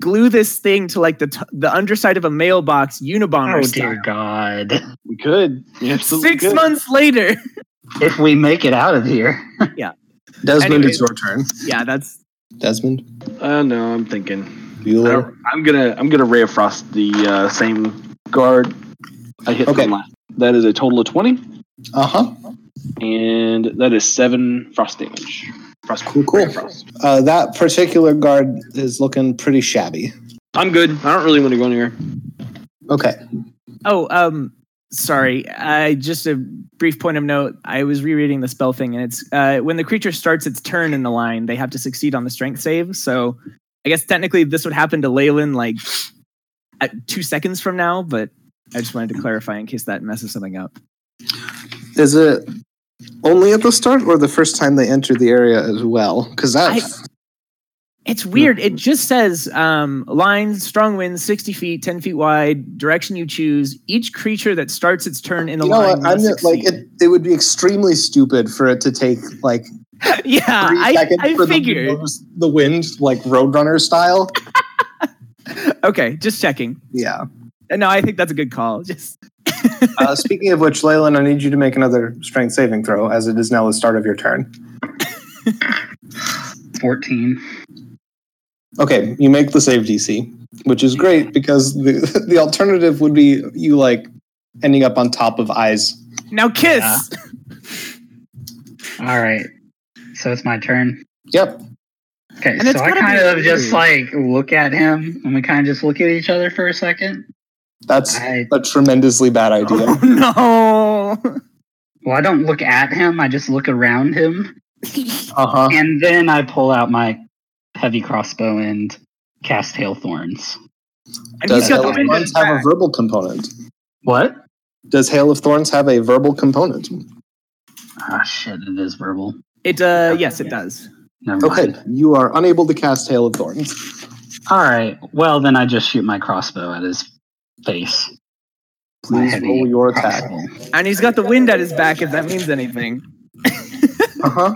F: glue this thing to like the t- the underside of a mailbox, Unabomber
E: Oh
F: style.
E: dear God!
C: we could. We absolutely
F: Six
C: could.
F: months later.
E: If we make it out of here,
A: Desmond,
F: Anyway.
A: it's your turn.
F: yeah, that's
A: Desmond,
C: Uh, no, I'm thinking. I
A: Bueller.
C: don't- I'm gonna, I'm gonna ray of frost the uh, same guard. I hit
A: Okay.
C: from last. That is a total of twenty,
A: Uh huh.
C: and that is seven frost damage. Frost,
A: Cool, cool.
C: ray of frost.
A: Uh, that particular guard is looking pretty shabby.
C: I'm good. I don't really want to go anywhere.
A: Okay.
F: oh um sorry. I just a brief point of note. I was rereading the spell thing, and it's uh, when the creature starts its turn in the line, they have to succeed on the strength save. So I guess technically this would happen to Leyland like at two seconds from now, but I just wanted to clarify in case that messes something up.
A: Is it only at the start or the first time they enter the area as well? Because that
F: It's weird.
A: Mm-hmm.
F: It just says um, lines, strong winds, 60 feet, 10 feet wide, direction you choose. Each creature that starts its turn in the
A: you know
F: line.
A: what? I'm
F: must
A: not- like
F: succeed.
A: it, it would be extremely stupid for it to take like three
F: yeah, Uh, I,
A: seconds
F: I
A: for the,
F: figured.
A: windows- the wind like Roadrunner style.
F: Okay, just checking.
A: Yeah.
F: Uh, No, I think that's a good call. Just
A: Uh, speaking of which, Leyland, I need you to make another strength saving throw, as it is now the start of your turn.
E: 14.
A: Okay, you make the save DC, which is great because the the alternative would be you like ending up on top of eyes.
F: now kiss.
E: Yeah. All right. So it's my turn.
A: Yep.
E: Okay,
F: And it's
E: so I
F: gotta be
E: kind of just like
F: weird.
E: look at him and we kind of just look at each other for a second.
A: That's
E: I
A: a tremendously bad idea.
F: Oh no.
E: well, I don't look at him, I just look around him.
A: Uh huh.
E: And then I pull out my heavy crossbow and cast hail thorns.
F: And
A: Does
F: he's
A: Hail
F: got the
A: of
E: Element
F: wind in
A: Thorns
F: his
A: have a
F: back.
A: verbal component?
E: What?
A: Does Hail of Thorns have a verbal component?
E: Ah shit, it is verbal.
F: It uh yes, it does.
E: Never
A: Okay,
E: mind.
A: you are unable to cast Hail of Thorns.
E: All right. Well, then I just shoot my crossbow at his face. My
A: Please
E: heavy
A: roll your attack.
E: crossbow.
F: And he's got the wind at his back if that means anything.
A: Uh huh.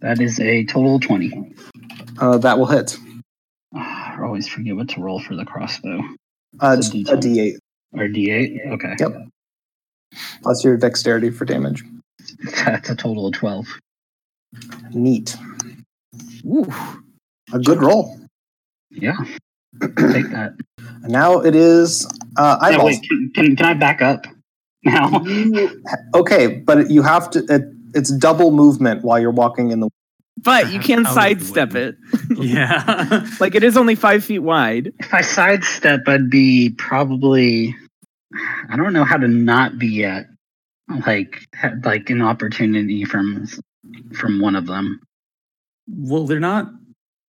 E: That is a total of 20.
A: Uh, that will hit.
E: Ah, I always forget what to roll for the crossbow.
A: Uh,
E: It's a
A: a D8
E: Or D8? Okay.
A: Yep. plus your dexterity for damage.
E: That's a total of 12.
A: Neat.
F: Ooh.
A: A good roll.
E: Yeah. Take that.
A: And now it is uh,
E: No,
A: eyeballs.
E: wait, can, can, can I back up now?
A: You- okay, but you have to. It, it's double movement while you're walking in the.
F: But you can
D: Out of the
F: sidestep
D: wind.
F: it.
D: Yeah.
F: Like it is only five feet wide.
E: If I sidestep, I'd be probably. I don't know how to not be at like ha- like an opportunity from from one of them.
D: well, they're not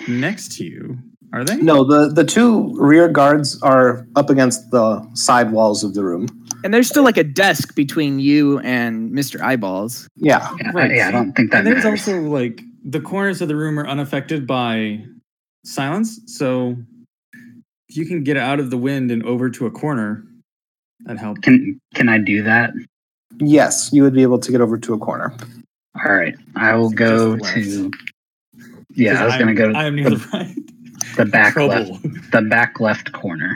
D: next to you, are they?
A: No, the the two rear guards are up against the side walls of the room.
F: And there's still like a desk between you and Mr. Eyeballs.
A: Yeah,
E: Yeah,
D: Right.
E: yeah I don't think that
D: and there's
E: matters.
D: also like the corners of the room are unaffected by silence, so if you can get out of the wind and over to a corner, that helps.
E: can can I do that?
A: yes, you would be able to get over to a corner.
E: All right, I will go
D: Just
E: to. Yeah, I was
D: I'm-
E: gonna go
D: I
E: to
D: am near the right.
E: the back left,
D: Trouble.
E: the back left corner.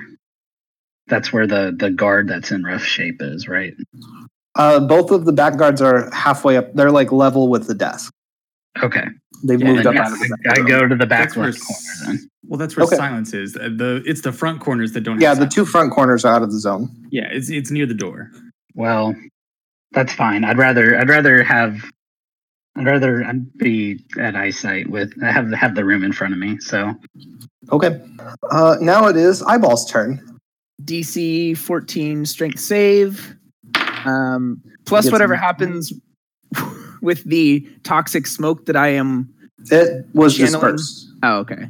E: That's where the the guard that's in rough shape is, right?
A: Uh, both of the back guards are halfway up. They're like level with the desk.
E: Okay.
A: They've
F: Yeah,
A: moved up
E: Then
A: out of the
E: I, I
A: room.
E: go to the back
D: That's where
E: left corner
D: s-
E: then.
D: Well, that's where
A: Okay.
D: silence is. Uh, The it's the front corners that don't.
A: Yeah,
D: have
A: the
D: silence.
A: two front corners are out of the zone.
D: Yeah, it's it's near the door.
E: Well, that's fine. I'd rather I'd rather have I'd rather I'd be at eyesight with I have have the room in front of me. So
A: Okay. Uh, now it is Eyeball's turn.
F: DC 14 strength save. Um, plus
A: Gets
F: whatever
A: me.
F: happens with the toxic smoke that I am.
A: It was
F: Channeling.
A: dispersed.
F: Oh, okay.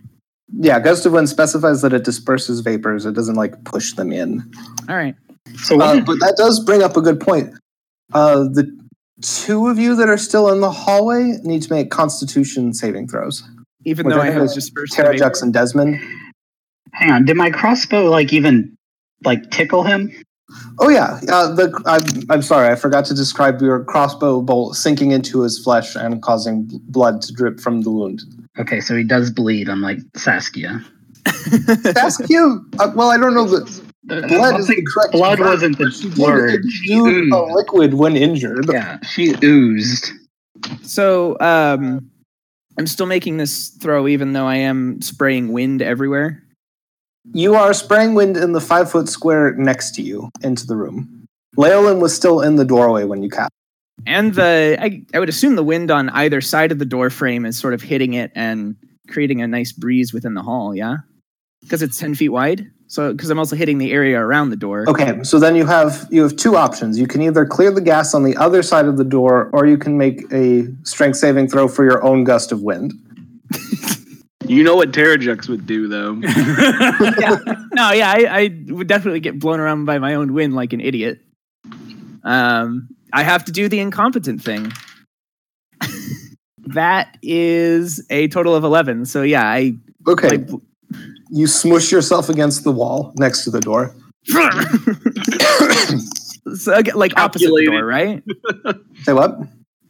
A: Yeah, Gust of Wind specifies that it disperses vapors. It doesn't like push them in.
F: All right.
E: so
A: Uh,
E: what
A: but that does bring up a good point. Uh, the two of you that are still in the hallway need to make Constitution saving throws.
F: Even
A: Which
F: though
A: I
F: I
A: think
F: have
A: is
F: dispersed. the
A: Tara
F: vapor.
A: Jackson Desmond.
E: hang on, did my crossbow like even like tickle him?
A: Oh yeah, uh, the I'm, I'm sorry, I forgot to describe your crossbow bolt sinking into his flesh and causing blood to drip from the wound.
E: Okay, so he does bleed unlike Saskia.
A: That's cute. Uh, well, I don't know that
E: Blood,
A: blood is the correct
E: blood
A: word.
E: wasn't
A: She
E: the
A: did
E: word. She
A: exude a
E: oozed.
A: liquid when injured.
E: Yeah, she oozed.
F: So um, I'm still making this throw, even though I am spraying wind everywhere.
A: You are spraying wind in the five foot square next to you into the room. Leolin was still in the doorway when you cast.
F: And the I, I would assume the wind on either side of the door frame is sort of hitting it and creating a nice breeze within the hall. Yeah. Because it's 10 feet wide. So, because I'm also hitting the area around the door.
A: Okay, so then you have you have two options. You can either clear the gas on the other side of the door, or you can make a strength saving throw for your own gust of wind.
C: You know what Terrajex would do though.
F: Yeah. no, yeah, I, I would definitely get blown around by my own wind like an idiot. Um, I have to do the incompetent thing. that is a total of eleven. So yeah, I
A: Okay,
F: like,
A: you smush yourself against the wall next to the door.
F: so, I get, like opposite the
C: Calculated.
F: door, right?
A: Say what?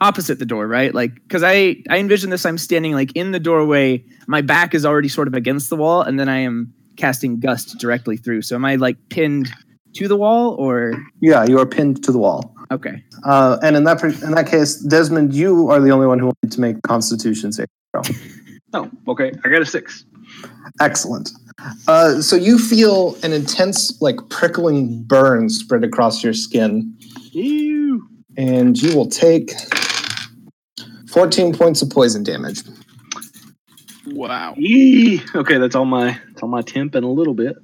F: Opposite the door, right? Like because I I envision this. I'm standing like in the doorway. My back is already sort of against the wall, and then I am casting gust directly through. So am I like pinned to the wall or
A: Yeah, you are pinned to the wall.
F: okay?
A: Uh, and in that per- in that case, Desmond, you are the only one who wanted to make Constitution save.
C: Oh, okay. I got a six.
A: Excellent. Uh, so you feel an intense, like prickling burn spread across your skin,
C: Ew.
A: and you will take fourteen points of poison damage.
B: Wow.
C: Eee. Okay, that's all my that's all my temp and a little bit.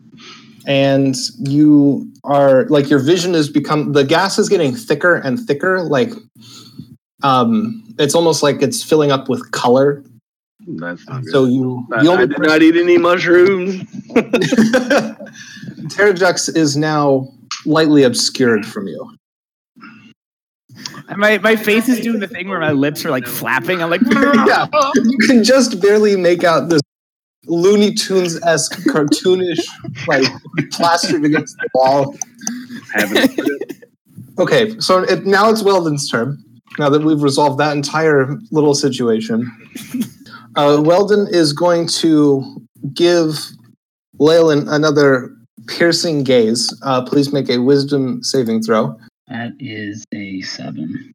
A: and you are like your vision has become the gas is getting thicker and thicker like um it's almost like it's filling up with color
C: That's not Oh, good.
A: so you
C: I,
A: the
C: I
A: only
C: did not eat any mushrooms.
A: pterodux is now lightly obscured from you
F: And My my face is doing the thing where my lips are like flapping. I'm like,
A: yeah you can just barely make out this looney tunes-esque cartoonish like plastered against the wall
C: Haven't.
A: Okay, so it, now it's Weldon's turn. Now that we've resolved that entire little situation, uh, Weldon is going to give Leyland another piercing gaze. Uh, please make a wisdom saving throw.
E: That is a seven.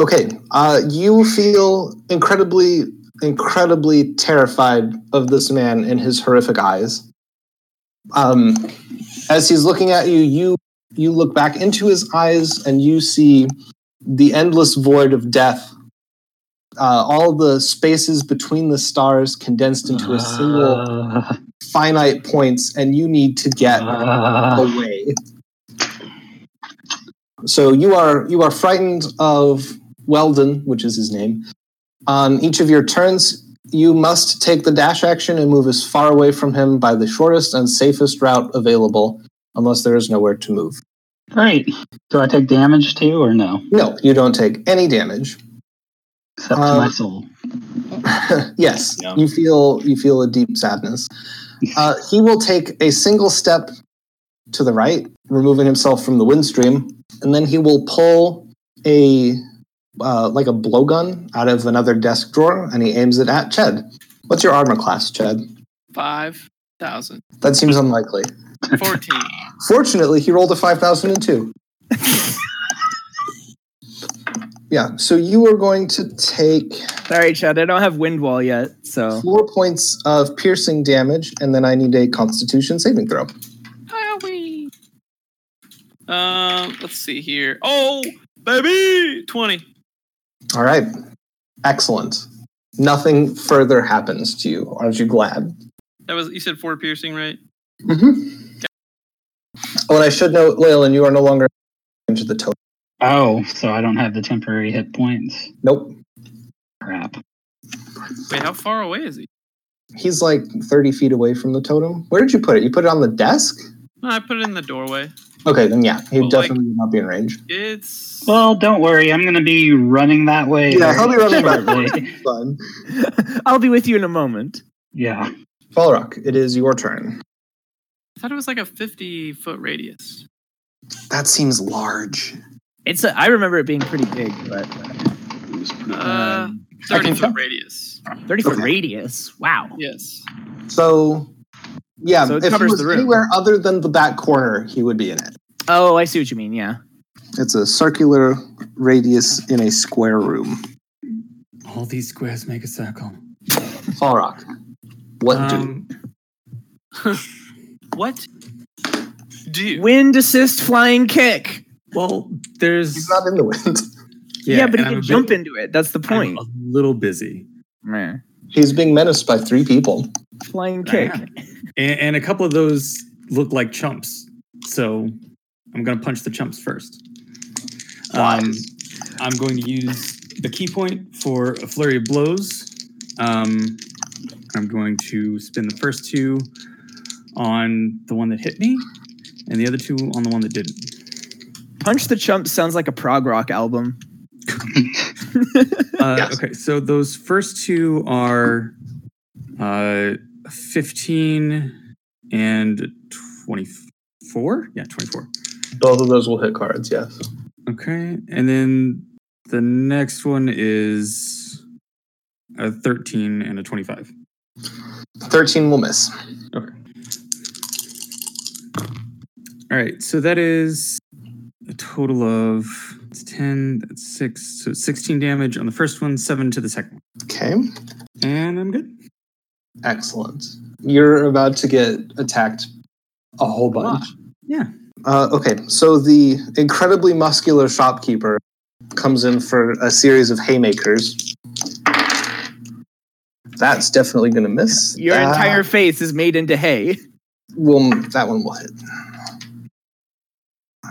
A: Okay, uh, you feel incredibly, incredibly terrified of this man and his horrific eyes. Um, as he's looking at you, you you look back into his eyes and you see the endless void of death. Uh, all the spaces between the stars condensed into a single
E: Uh,
A: finite points, and you need to get
E: uh,
A: away. So you are you are frightened of Weldon, which is his name. On each of your turns, you must take the dash action and move as far away from him by the shortest and safest route available, unless there is nowhere to move.
E: great. Do I take damage too, or no?
A: No, you don't take any damage.
E: Except
A: Um,
E: for my soul.
A: yes,
C: Yeah.
A: you feel you feel a deep sadness. Uh, he will take a single step to the right, removing himself from the wind stream, and then he will pull a uh, like a blowgun out of another desk drawer, and he aims it at Ched. What's your armor class, Ched?
B: 5,000.
A: That seems unlikely.
B: 14.
A: Fortunately, he rolled a 5002. yeah, so you are going to take
F: sorry, Chad, I don't have wind wall yet. So
A: four points of piercing damage, and then I need a Constitution saving throw.
B: Howie. Um, let's see here. Oh, baby, twenty.
A: All right, excellent. Nothing further happens to you. Aren't you glad?
B: That was you said four piercing, right?
A: Mm-hmm. Oh, and I should note, Leyland, you are no longer into the total.
E: Oh, so I don't have the temporary hit points.
A: Nope,
E: Crap.
B: Wait, how far away is he?
A: he's like thirty feet away from the totem. Where did you put it? You put it on the desk.
B: No, I put it in the doorway.
A: Okay, then yeah, he
B: Well, like-
A: definitely would not be in range.
B: It's
E: Well, don't worry. I'm going to be running that way.
A: Yeah, he'll be running that way.
E: shortly.
A: Fun.
F: I'll be with you in a moment.
E: yeah.
A: Falrock, it is your turn.
B: I thought it was like a fifty foot radius.
A: That seems large.
F: It's a, I remember it being pretty big, but
B: Uh,
F: um,
B: thirty
A: tell.
B: foot radius.
F: thirty foot
A: Okay.
F: radius. Wow.
B: Yes.
A: So, yeah,
F: So it
A: if he
F: covers
A: was
F: the room.
A: anywhere other than the back corner, he would be in it.
F: Oh, I see what you mean. Yeah.
A: It's a circular radius in a square room.
D: All these squares make a circle.
A: Falrock, what do?
D: Um,
B: What? Do
F: Wind assist flying kick.
D: well, there's
A: He's not in the wind.
F: Yeah, but he
D: and I'm a
F: can
D: bit-
F: jump into it. That's the
D: I'm
F: point.
D: a little busy.
F: Meh.
A: He's being menaced by three people.
F: Flying
D: I
F: kick.
D: am. And, and a couple of those look like chumps. So I'm going to punch the chumps first. Um, I'm going to use the key point for a flurry of blows. Um, I'm going to spin the first two on the one that hit me, and the other two on the one that didn't.
F: Punch the Chump sounds like a prog rock album.
D: Uh,
E: Yes.
D: Okay, so those first two are uh, 15 and 24? Yeah, 24.
A: Both of those will hit cards, yes.
D: Okay, and then the next one is a 13 and a 25.
A: 13 will miss.
D: All right, so that is a total of it's 10, that's 6, so it's 16 damage on the first one, 7 to the second one.
A: Okay,
D: And I'm good.
A: excellent. You're about to get attacked a whole bunch.
D: Yeah.
A: Uh, okay, so the incredibly muscular shopkeeper comes in for a series of haymakers. That's definitely going to miss.
F: Your
A: That
F: entire face is made into hay.
A: will that one will hit.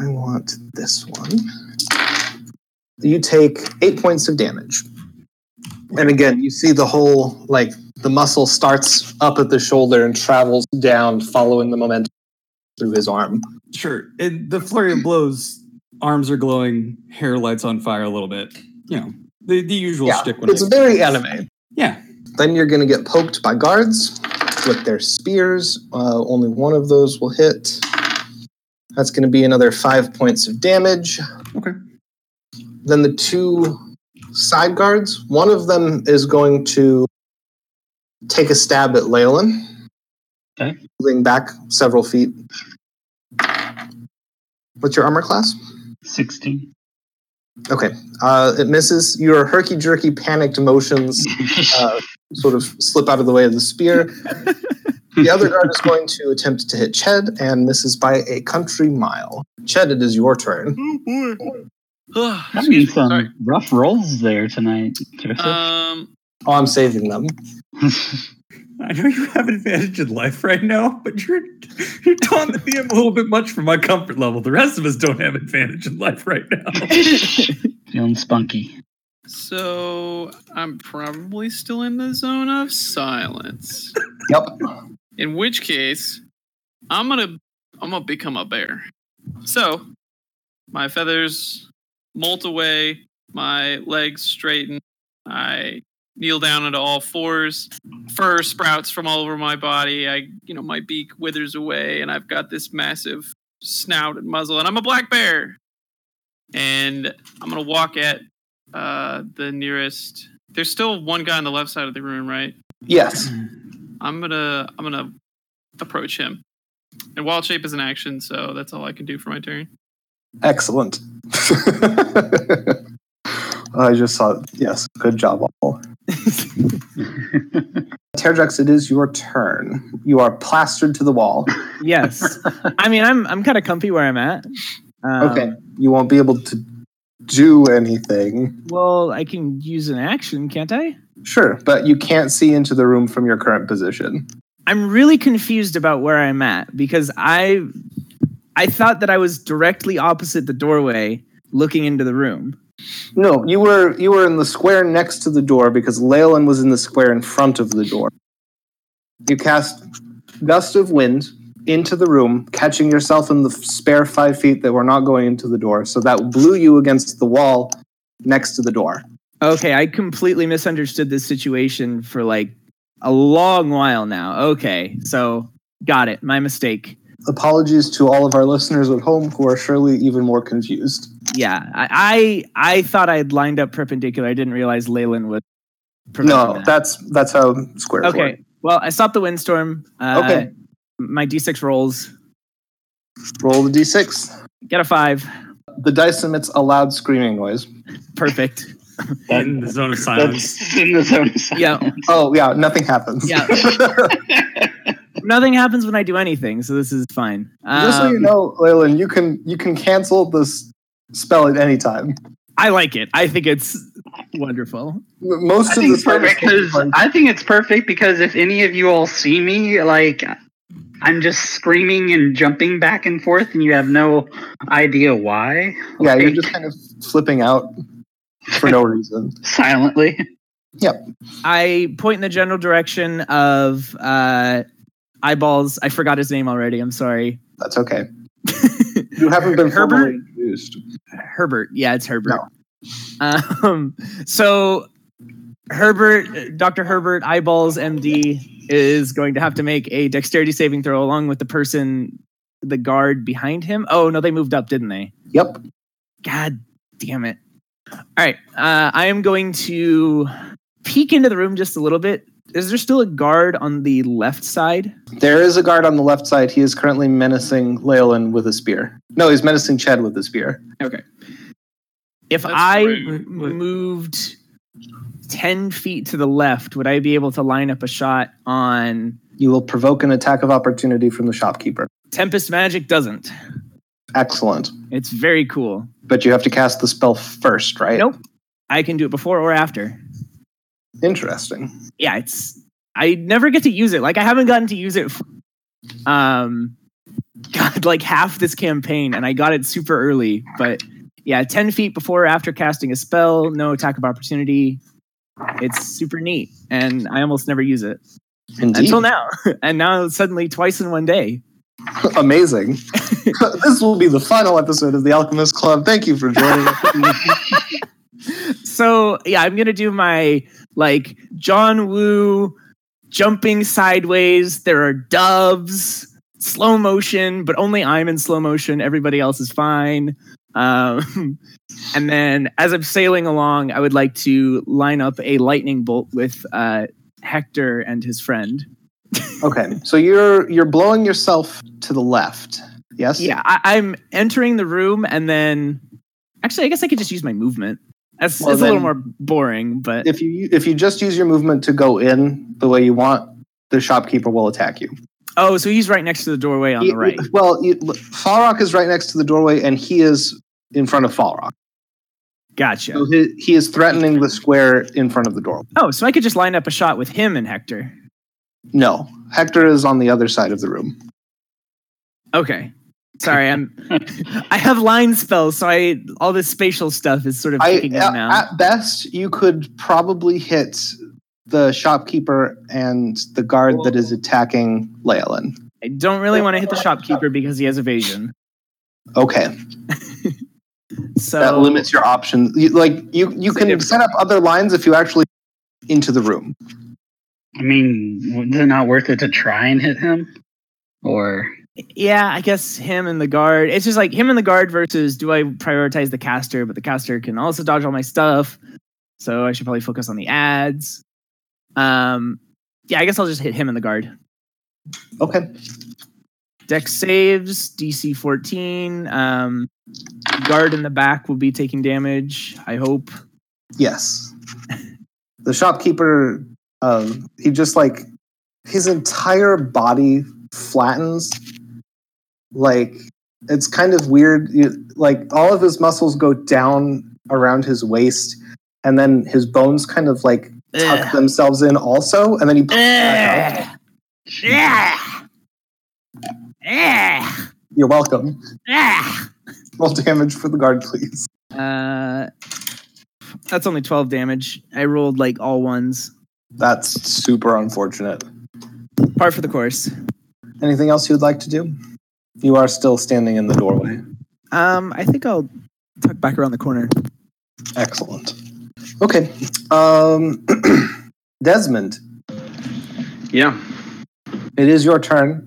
A: I want this one. You take eight points of damage, and again, you see the whole like the muscle starts up at the shoulder and travels down, following the momentum through his arm.
D: Sure. And the flurry of blows, arms are glowing, hair lights on fire a little bit. You know, the, the usual
A: Yeah,
D: shtick when
A: it's
D: they-
A: very anime.
D: Yeah.
A: Then you're going to get poked by guards with their spears. Uh, only one of those will hit. That's going to be another five points of damage.
D: Okay.
A: Then the two side guards, one of them is going to take a stab at Leyland.
E: Okay.
A: Moving back several feet. What's your armor class?
E: 16.
A: Okay. Uh, it misses. Your herky jerky panicked motions uh, sort of slip out of the way of the spear. the other guard is going to attempt to hit Ched and misses by a country mile. Ched, it is your turn.
B: Oh boy. Ugh,
E: Having
B: excuse me,
E: some
B: sorry.
E: rough rolls there tonight, Joseph.
B: Um,
A: Oh, I'm saving them.
D: I know you have advantage in life right now, but you're you're taunting the DM a little bit much for my comfort level. The rest of us don't have advantage in life right now.
E: Feeling spunky.
B: so I'm probably still in the zone of silence.
A: Yep.
B: In which case, I'm gonna I'm gonna become a bear. So my feathers molt away, my legs straighten, I kneel down into all fours, fur sprouts from all over my body, I you know, my beak withers away, and I've got this massive snout and muzzle, and I'm a black bear. And I'm gonna walk at uh the nearest there's still one guy on the left side of the room, right?
A: Yes.
B: I'm gonna I'm gonna approach him. And wild shape is an action, so that's all I can do for my turn.
A: Excellent. I just saw. Yes. Good job, all. Terjax, it is your turn. You are plastered to the wall.
F: yes. I mean, I'm I'm kind of comfy where I'm at. Um,
A: Okay. You won't be able to do anything.
F: Well, I can use an action, can't I?
A: Sure, but you can't see into the room from your current position.
F: I'm really confused about where I'm at because I I thought that I was directly opposite the doorway looking into the room.
A: No, you were you were in the square next to the door because Leyland was in the square in front of the door. You cast gust of wind into the room, catching yourself in the f- spare five feet that were not going into the door. So that blew you against the wall next to the door.
F: Okay, I completely misunderstood this situation for like a long while now. Okay, so got it. My mistake.
A: Apologies to all of our listeners at home who are surely even more confused.
F: Yeah, I I, I thought I had lined up perpendicular. I didn't realize Leyland would. prevent
A: No,
F: that.
A: that's that's how squares work.
F: okay. Well, I stopped the windstorm. Uh,
A: Okay.
F: My d6 rolls.
A: Roll the d6.
F: Get a five.
A: The dice emits a loud screaming noise.
F: Perfect.
D: In the zone of silence.
E: That's in the zone. of
F: Yeah.
E: silence.
A: Oh yeah, nothing happens.
F: Yeah. Nothing happens when I do anything, so this is fine.
A: Just so you
F: Um,
A: know, Leyland, you can you can cancel this spell at any time. M-
F: I like it. I think it's wonderful.
A: Most
E: I
A: of
E: think
A: the
E: it's perfect
A: spells-
E: because I think it's perfect because if any of you all see me, like I'm just screaming and jumping back and forth, and you have no idea why.
A: yeah, you're
E: Like,
A: just kind of flipping out for no reason.
E: silently.
F: I point in the general direction of uh, eyeballs. I forgot his name already. I'm sorry.
A: That's okay. You haven't been
F: Herbert?
A: formally introduced.
F: Herbert. Yeah, it's Herbert. Um, so Herbert, Dr. Herbert Eyeballs MD is going to have to make a dexterity saving throw along with the person, the guard behind him. Oh, no, they moved up, didn't they?
A: Yep.
F: God damn it. All right. Uh, I am going to peek into the room just a little bit. Is there still a guard on the left side?
A: There is a guard on the left side. He is currently menacing Leyland with a spear. No, he's menacing Chad with a spear.
F: If
B: That's
F: I
B: rude.
F: m- moved 10 feet to the left, would I be able to line up a shot on
A: You will provoke an attack of opportunity from the shopkeeper.
F: Tempest Magic? Doesn't.
A: Excellent.
F: It's very cool.
A: But you have to cast the spell first, right?
F: Nope. I can do it before or after.
A: Interesting.
F: Yeah, it's. I never get to use it. Like, I haven't gotten to use it. f- Um, God, like half this campaign, and I got it super early. But yeah, 10 feet before or after casting a spell, no attack of opportunity. It's super neat, and I almost never use it.
A: Indeed.
F: until now. and now suddenly twice in one day.
A: Amazing. this will be the final episode of the Alchemist Club. Thank you for joining us.
F: So yeah, I'm gonna do my like John Woo jumping sideways. There are doves, slow motion, but only I'm in slow motion. Everybody else is fine. Um, and then as I'm sailing along, I would like to line up a lightning bolt with uh, Hector and his friend.
A: okay, so you're you're blowing yourself to the left. Yes.
F: Yeah, I- I'm entering the room and then actually, I guess I could just use my movement. That's
A: Well,
F: it's a little
A: then-
F: more boring, but
A: If you if you just use your movement to go in the way you want, the shopkeeper will attack you.
F: oh, so he's right next to the doorway on
A: You-
F: the right.
A: Well, you, Falrock is right next to the doorway, and he is in front of Falrock. So
F: Gotcha.
A: he, he is threatening the square in front of the door.
F: Oh, so I could just line up a shot with him and Hector.
A: No, Hector is on the other side of the room.
F: Okay. Sorry, I'm. I have line spells, so I all this spatial stuff is sort of
A: I, uh,
F: kicking in
A: at,
F: now.
A: at best, you could probably hit the shopkeeper and the guard that is attacking Leyland.
F: I don't really want to hit the shopkeeper because he has evasion.
A: Okay,
F: So
A: that limits your options. You, like you, you
F: So
A: can
F: different.
A: set up other lines if you actually into the room.
E: I mean, is it not worth it to try and hit him? Or
F: Yeah, I guess him and the guard. It's just like him and the guard versus do I prioritize the caster, but the caster can also dodge all my stuff. So I should probably focus on the ads. Um yeah, I guess I'll just hit him and the guard.
A: Okay,
F: Dex saves, DC 14. Um guard in the back will be taking damage, I hope.
A: Yes. The shopkeeper, um, he just like his entire body flattens. Like it's kind of weird. You, like all of his muscles go down around his waist, and then his bones kind of like tuck
F: Ugh.
A: themselves in also, and then he. back
F: Ugh. Yeah. Yeah.
A: You're welcome.
F: Yeah.
A: Roll damage for the guard, please.
F: Uh, that's only 12 damage. I rolled like all ones.
A: That's super unfortunate.
F: Par for the course.
A: Anything else you'd like to do? You are still standing in the doorway.
F: Um, I think I'll tuck back around the corner.
A: Excellent. Okay. Um, Desmond,
C: Yeah.
A: it is your turn.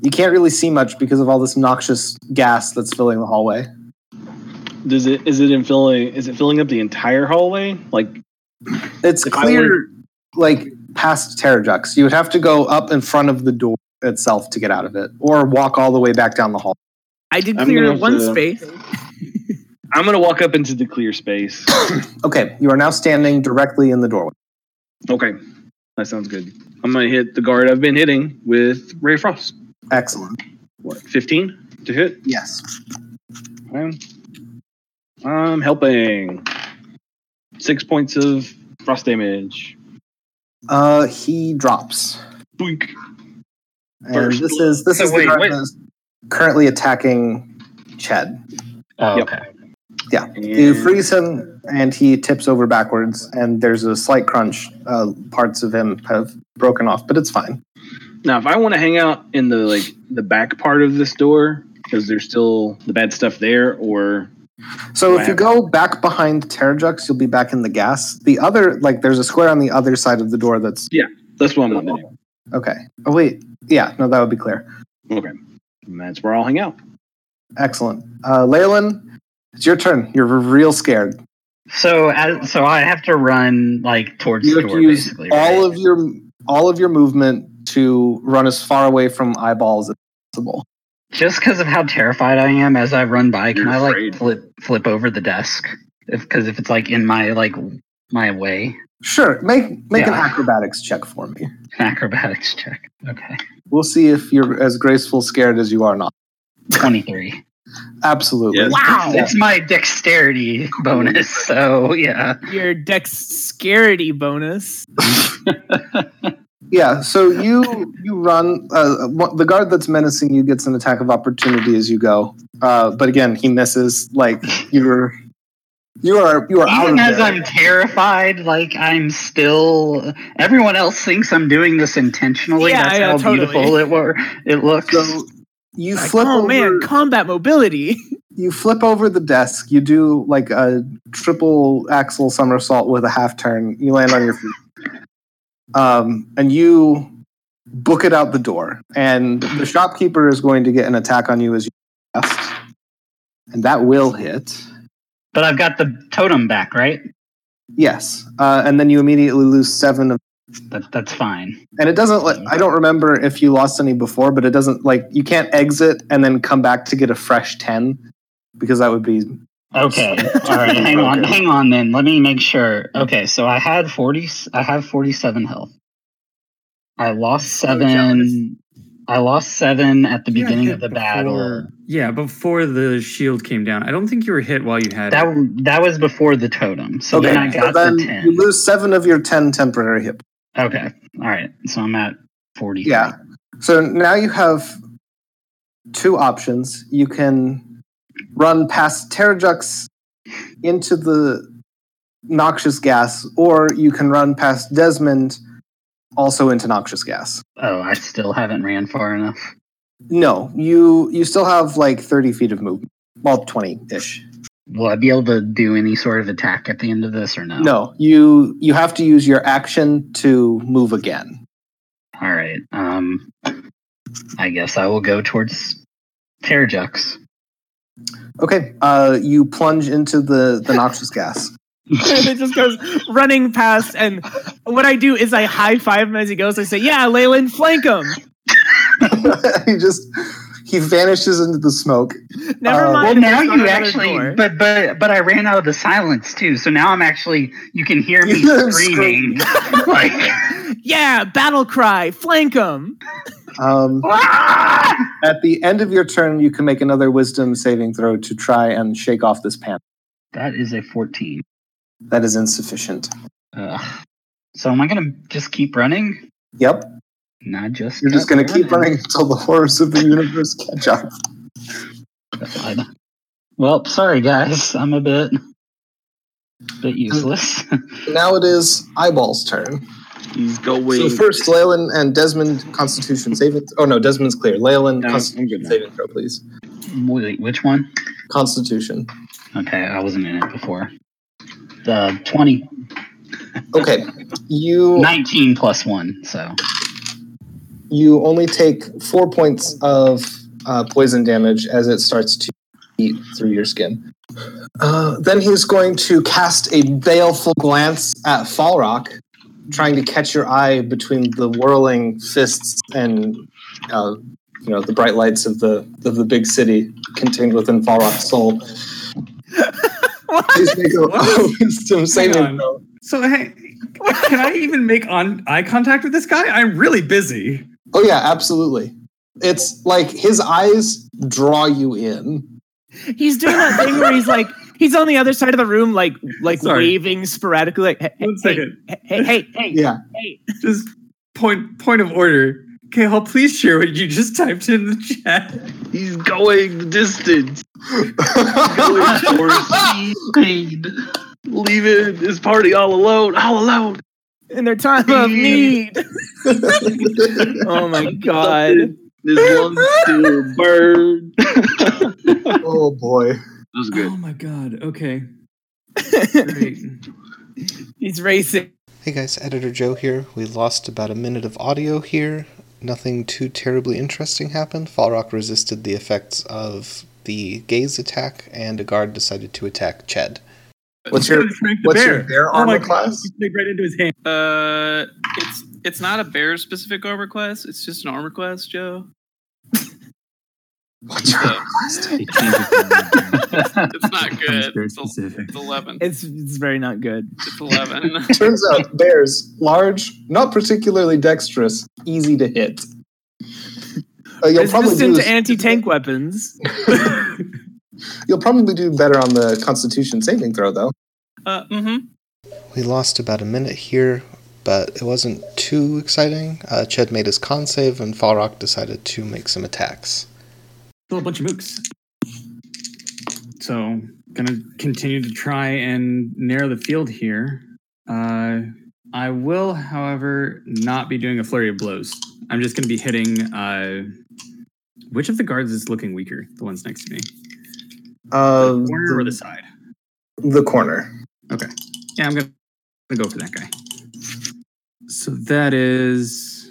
A: You can't really see much because of all this noxious gas that's filling the hallway.
C: Does it is it in filling is it filling up the entire hallway? Like
A: It's
C: If I
A: clear, like past Terrajux. You would have to go up in front of the door itself to get out of it, or walk all the way back down the hall.
F: I did
C: I'm
F: clear
C: gonna have
F: one
C: to-
F: space.
C: I'm gonna walk up into the clear space.
A: Okay, you are now standing directly in the doorway.
C: okay. That sounds good. I'm gonna hit the guard I've been hitting with Ray Frost.
A: Excellent.
C: What, fifteen to hit?
A: Yes.
C: I'm, I'm helping. Six points of frost damage.
A: Uh, he drops,
C: Boink.
A: and
C: First.
A: this is this
E: So
A: is the
E: wait,
A: guard
E: wait.
A: that is currently attacking Ched.
E: oh,
C: Yep.
E: okay.
A: You
C: And-
A: freeze him, and he tips over backwards, and there's a slight crunch. Uh, parts of him have broken off, but it's fine.
C: Now, if I want to hang out in the like the back part of this door because there's still the bad stuff there, or
A: So if you
C: Wow.
A: go back behind Terrajux, you'll be back in the gas. The other, like, there's a square on the other side of the door that's
C: that's what I'm going to
A: okay. Oh wait, yeah, no, that would be clear.
C: do. Okay, and that's where I'll hang out.
A: Excellent, uh, Leyland, it's your turn. You're real scared.
E: So, as, so I have to run like towards
A: You
E: the
A: have to
E: door,
A: use
E: basically.
A: all
E: right?
A: of your all of your movement to run as far away from eyeballs as possible.
E: just because of how terrified I am as I run by. Can
C: You're
E: I like
C: afraid.
E: flip flip over the desk? If because if it's like in my like my way,
A: Sure, make make an
E: Yeah.
A: acrobatics check for me.
E: an acrobatics check. Okay,
A: We'll see if you're as graceful scared as you are not.
E: twenty three.
A: Absolutely.
C: Yes.
E: Wow, it's my dexterity bonus. So yeah,
F: Your dexterity bonus.
A: Yeah, so you you run. Uh, one- the guard that's menacing you gets an attack of opportunity as you go, uh, but again he misses. Like you're you are you are out of
E: even as
A: there.
E: I'm terrified, like I'm still. Everyone else thinks I'm doing this intentionally.
F: Yeah,
E: That's
F: yeah,
E: how
F: totally.
E: beautiful it were. It looks.
A: so you
F: Like,
A: flip
F: oh
A: over.
F: man, combat mobility.
A: You flip over the desk. You do like a triple axle somersault with a half turn. You land on your feet, um, and you book it out the door. And the shopkeeper is going to get an attack on you as you left, and that will hit.
E: but I've got the totem back, right?
A: Yes, uh, and then you immediately lose seven of.
E: That, that's fine.
A: And it doesn't. Like, I don't remember if you lost any before, but it doesn't. Like you can't exit and then come back to get a fresh ten, because that would be
E: Okay. All right. Hang on. Hang on. Then let me make sure. Okay. So I had forty. I have forty-seven health. I lost
A: Oh,
E: seven. I lost seven at the
D: You got
E: beginning
D: hit
E: of the
D: before-
E: battle.
D: Yeah, before the shield came down. I don't think you were hit while you had
E: That
D: it.
E: w- that was before the totem. So then I
A: so
E: got
A: then
E: the ten.
A: you lose seven of your ten temporary hit.
E: Okay. All right. So I'm at 40.
A: Yeah. So now you have two options. You can run past Terrajux into the noxious gas, or you can run past Desmond also into noxious gas.
E: Oh, I still haven't ran far enough.
A: No, you you still have like thirty feet of movement. Well, twenty ish.
E: Will I be able to do any sort of attack at the end of this or no?
A: No, you you have to use your action to move again.
E: All right. Um, I guess I will go towards Terrajux.
A: Okay, uh, you plunge into the the noxious gas.
F: it just goes running past, and what I do is I high five him as he goes. I say, "Yeah, Leyland, flank him."
A: he just he vanishes into the smoke.
F: Never
A: Uh,
F: mind.
E: Well,
F: if
E: now
F: there's not
E: you
F: another
E: actually,
F: door.
E: but but but I ran out of the silence too. So now I'm actually, you can hear me
A: You hear him
E: screaming. like,
F: yeah, battle cry, flank him.
A: Um,
E: "Ah!"
A: at the end of your turn, you can make another wisdom saving throw to try and shake off this panic.
E: that is a 14.
A: That is insufficient.
E: Ugh. So am I gonna just keep running?
A: Yep,
E: Not just
A: you're just going to keep running until the horrors of the universe catch up.
E: God. Well, sorry guys, I'm a bit bit useless.
A: Now it is Eyeball's turn.
C: He's going.
A: So first, Leyland and Desmond Constitution saving. oh no, Desmond's clear. Leyland
C: No,
A: Constitution
C: I'm good now.
A: saving throw, please.
E: Wait, which one?
A: Constitution.
E: Okay, I wasn't in it before. The 20,
A: Okay, you
E: 19 plus one. So
A: you only take four points of uh, poison damage as it starts to eat through your skin. Uh, then he's going to cast a baleful glance at Falrock, trying to catch your eye between the whirling fists and uh, you know the bright lights of the of the big city contained within Falrock's soul. Please make a- a wisdom saving
D: Hang on.
A: throw.
D: So hey, can I even make on eye contact with this guy? I'm really busy.
A: Oh yeah, absolutely. It's like his eyes draw you in.
F: He's doing that thing where he's like, he's on the other side of the room, like like
D: Sorry.
F: waving sporadically, like, "Hey,
D: One
F: hey,
D: second.
F: hey, hey, hey, hey,
A: Yeah.
F: hey."
D: Just point point of order. Cahill, please share what you just typed in the chat.
C: He's going distance. Going
A: oh
C: towards- Leaving his party all alone. All alone.
F: in their time of need. oh my god.
C: This one still bird. that
A: Oh boy.
D: Oh
C: was good.
D: my god. Okay. Great.
F: He's racing.
H: Hey guys, Editor Joe here. We lost about a minute of audio here. Nothing too terribly interesting happened. Falrock resisted the effects of the gaze attack, and a guard decided to attack Ched.
A: What's your
D: Frank the
A: what's
D: bear.
A: your bear
D: Oh my
A: armor
D: God.
A: class?
D: He slid right into his hand.
B: Uh, it's it's not a bear specific armor class. It's just an armor class, Joe.
A: What's your
B: So,
D: It changes the-
B: it's not
D: becomes
B: good.
D: Very
B: It's, el-
D: specific.
B: it's eleven.
F: It's it's very not good.
B: It's eleven.
A: Turns out bears, large, not particularly dexterous, easy to hit. Uh, you'll probably do
F: Resistant to
A: this-
F: anti tank weapons.
A: you'll probably do better on the Constitution saving throw though.
B: Uh, mm-hmm.
H: We lost about a minute here, but it wasn't too exciting. Uh, Ched made his con save, and Falrock decided to make some attacks.
D: Still a bunch of mooks. So, gonna continue to try and narrow the field here. Uh, I will, however, not be doing a flurry of blows. I'm just gonna be hitting. Uh, which of the guards is looking weaker? The ones next to me,
A: Uh,
D: the corner or
A: the,
D: the side?
A: the corner.
D: Yeah, I'm gonna, gonna go for that guy. So that is.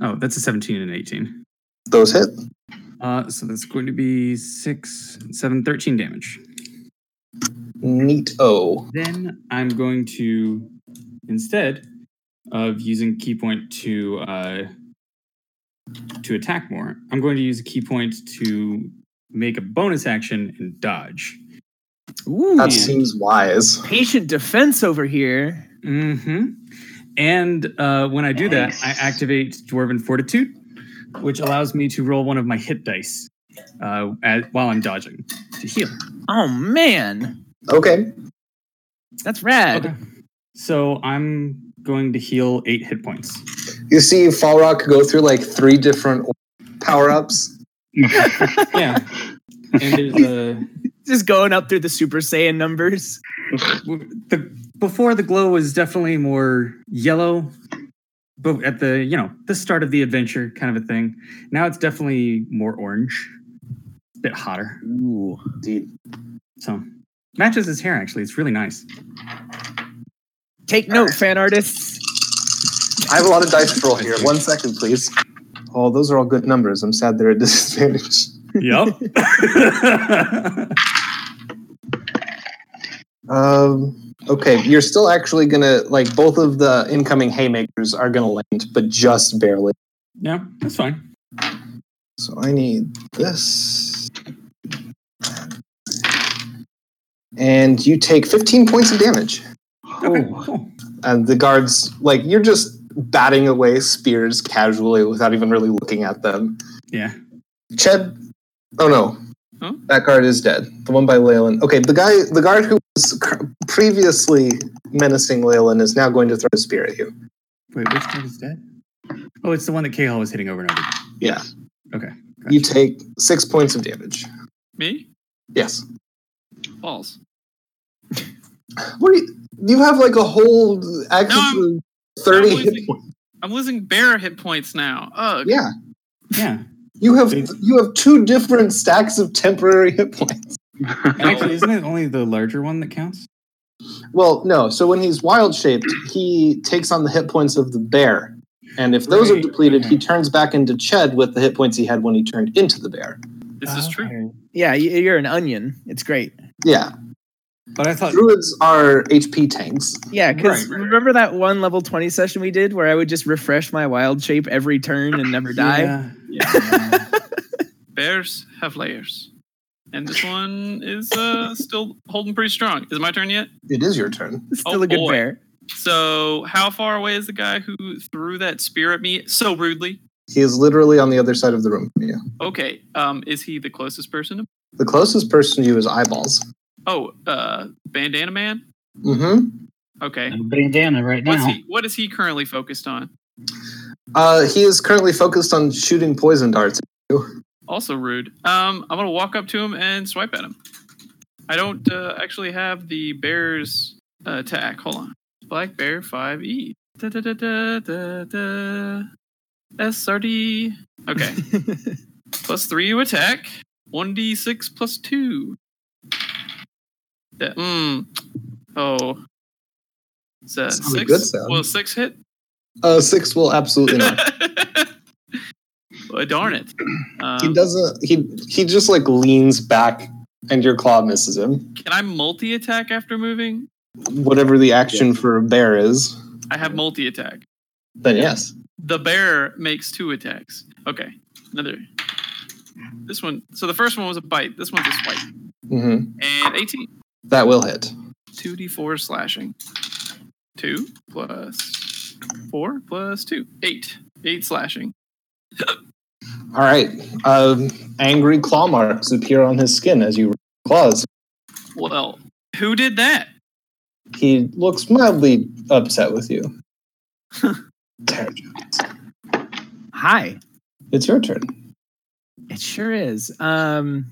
D: Oh, that's a 17 and 18.
A: Those hit.
D: Uh, so that's going to be 6, 7, 13 damage.
A: Neat Oh, O.
D: Then I'm going to, instead of using key point to uh, to attack more, I'm going to use a key point to make a bonus action and dodge.
F: Ooh.
A: That seems wise.
F: Patient defense over here.
D: hmm And uh, when I do that, I
E: Nice.
D: activate Dwarven Fortitude, which allows me to roll one of my hit dice uh, as, while I'm dodging to heal.
F: Oh man.
A: Okay.
F: That's rad.
D: So I'm going to heal eight hit points.
A: You see Falrock go through like three different power ups.
D: Yeah. And there's a.
F: Just going up through the Super Saiyan numbers.
D: the before the glow was definitely more yellow but at the you know the start of the adventure kind of a thing now it's definitely more orange a bit hotter
F: Ooh.
A: Indeed.
D: so matches his hair actually it's really nice
F: Take note, fan artists.
A: I have a lot of dice to roll here. One second, please. Oh, those are all good numbers. I'm sad they're at disadvantage.
D: yep
A: Um, okay, you're still actually gonna like both of the incoming haymakers are gonna land, but just barely.
D: yeah that's fine
A: So I need this. And you take 15 points of damage.
D: okay cool
A: And the guards, like, you're just batting away spears casually without even really looking at them.
D: yeah
A: Ched. Oh no,
B: Huh?
A: that guard is dead. The one by Leyland. Okay, the guy, the guard who was cr- previously menacing Leyland is now going to throw a spear at you.
D: wait which one is dead oh it's the one that k-hall was hitting over and over
A: Yeah.
D: Okay,
A: You take six points of damage.
B: Me
A: Yes.
B: false.
A: What do you? You have like a whole actually thirty
B: I'm
A: hit
B: losing-
A: points.
B: I'm losing bear hit points now. Ugh.
A: Yeah.
D: yeah
A: You have
D: Big-
A: you have two different stacks of temporary hit points.
D: and actually isn't it only the larger one that counts
A: Well, no. So when he's wild shaped, he takes on the hit points of the bear, and if those are
D: Right,
A: depleted,
D: okay.
A: he turns back into Ched with the hit points he had when he turned into the bear.
B: This is true.
F: Yeah, y- you're an onion. It's great.
A: Yeah,
D: but
B: Oh.
D: i thought
A: druids are HP tanks.
F: Yeah, because
D: Right, right, right.
F: remember that one level 20 session we did where I would just refresh my wild shape every turn and never die?
D: Yeah.
B: Bears have layers, and this one is uh still holding pretty strong. Is it my turn yet?
A: It is your turn.
F: Still
B: Oh,
F: a good
B: boy.
F: bear.
B: So how far away is the guy who threw that spear at me so rudely?
A: He is literally on the other side of the room from you.
B: Okay. Um, is he the closest person?
A: The closest person to you is eyeballs.
B: Oh, uh, bandana man.
A: Mm-hmm.
B: Okay.
E: bandana right
B: What's
E: now.
B: he? What is he currently focused on?
A: Uh, he is currently focused on shooting poison darts.
B: Also rude. Um, I'm gonna walk up to him and swipe at him. I don't uh, actually have the bear's uh, attack. Hold on. Black bear five e. Da, da, da, da, da, da. SRD. Okay. plus three you attack. 1d6 plus two. That, mm. Oh. Is that
A: Sounded good
B: six?
A: sound.
B: Well, six hit?
A: Uh, six will absolutely not.
B: well, darn it.
A: He
B: Um,
A: doesn't. He he just like leans back, and your claw misses him.
B: can I multi attack after moving?
A: Whatever the action for a bear is,
B: I have multi attack.
A: then yes.
B: The bear makes two attacks. Okay, another. This one. So the first one was a bite. This one's a swipe.
A: hmm
B: And 18.
A: That will hit.
B: 2d4 slashing. 2 plus 4 plus 2. 8. 8 slashing.
A: All right. Um, angry claw marks appear on his skin as you claws.
B: Well, who did that?
A: He looks mildly upset with you. Tara Jones,
F: Hi.
A: it's your turn.
F: It sure is. Um,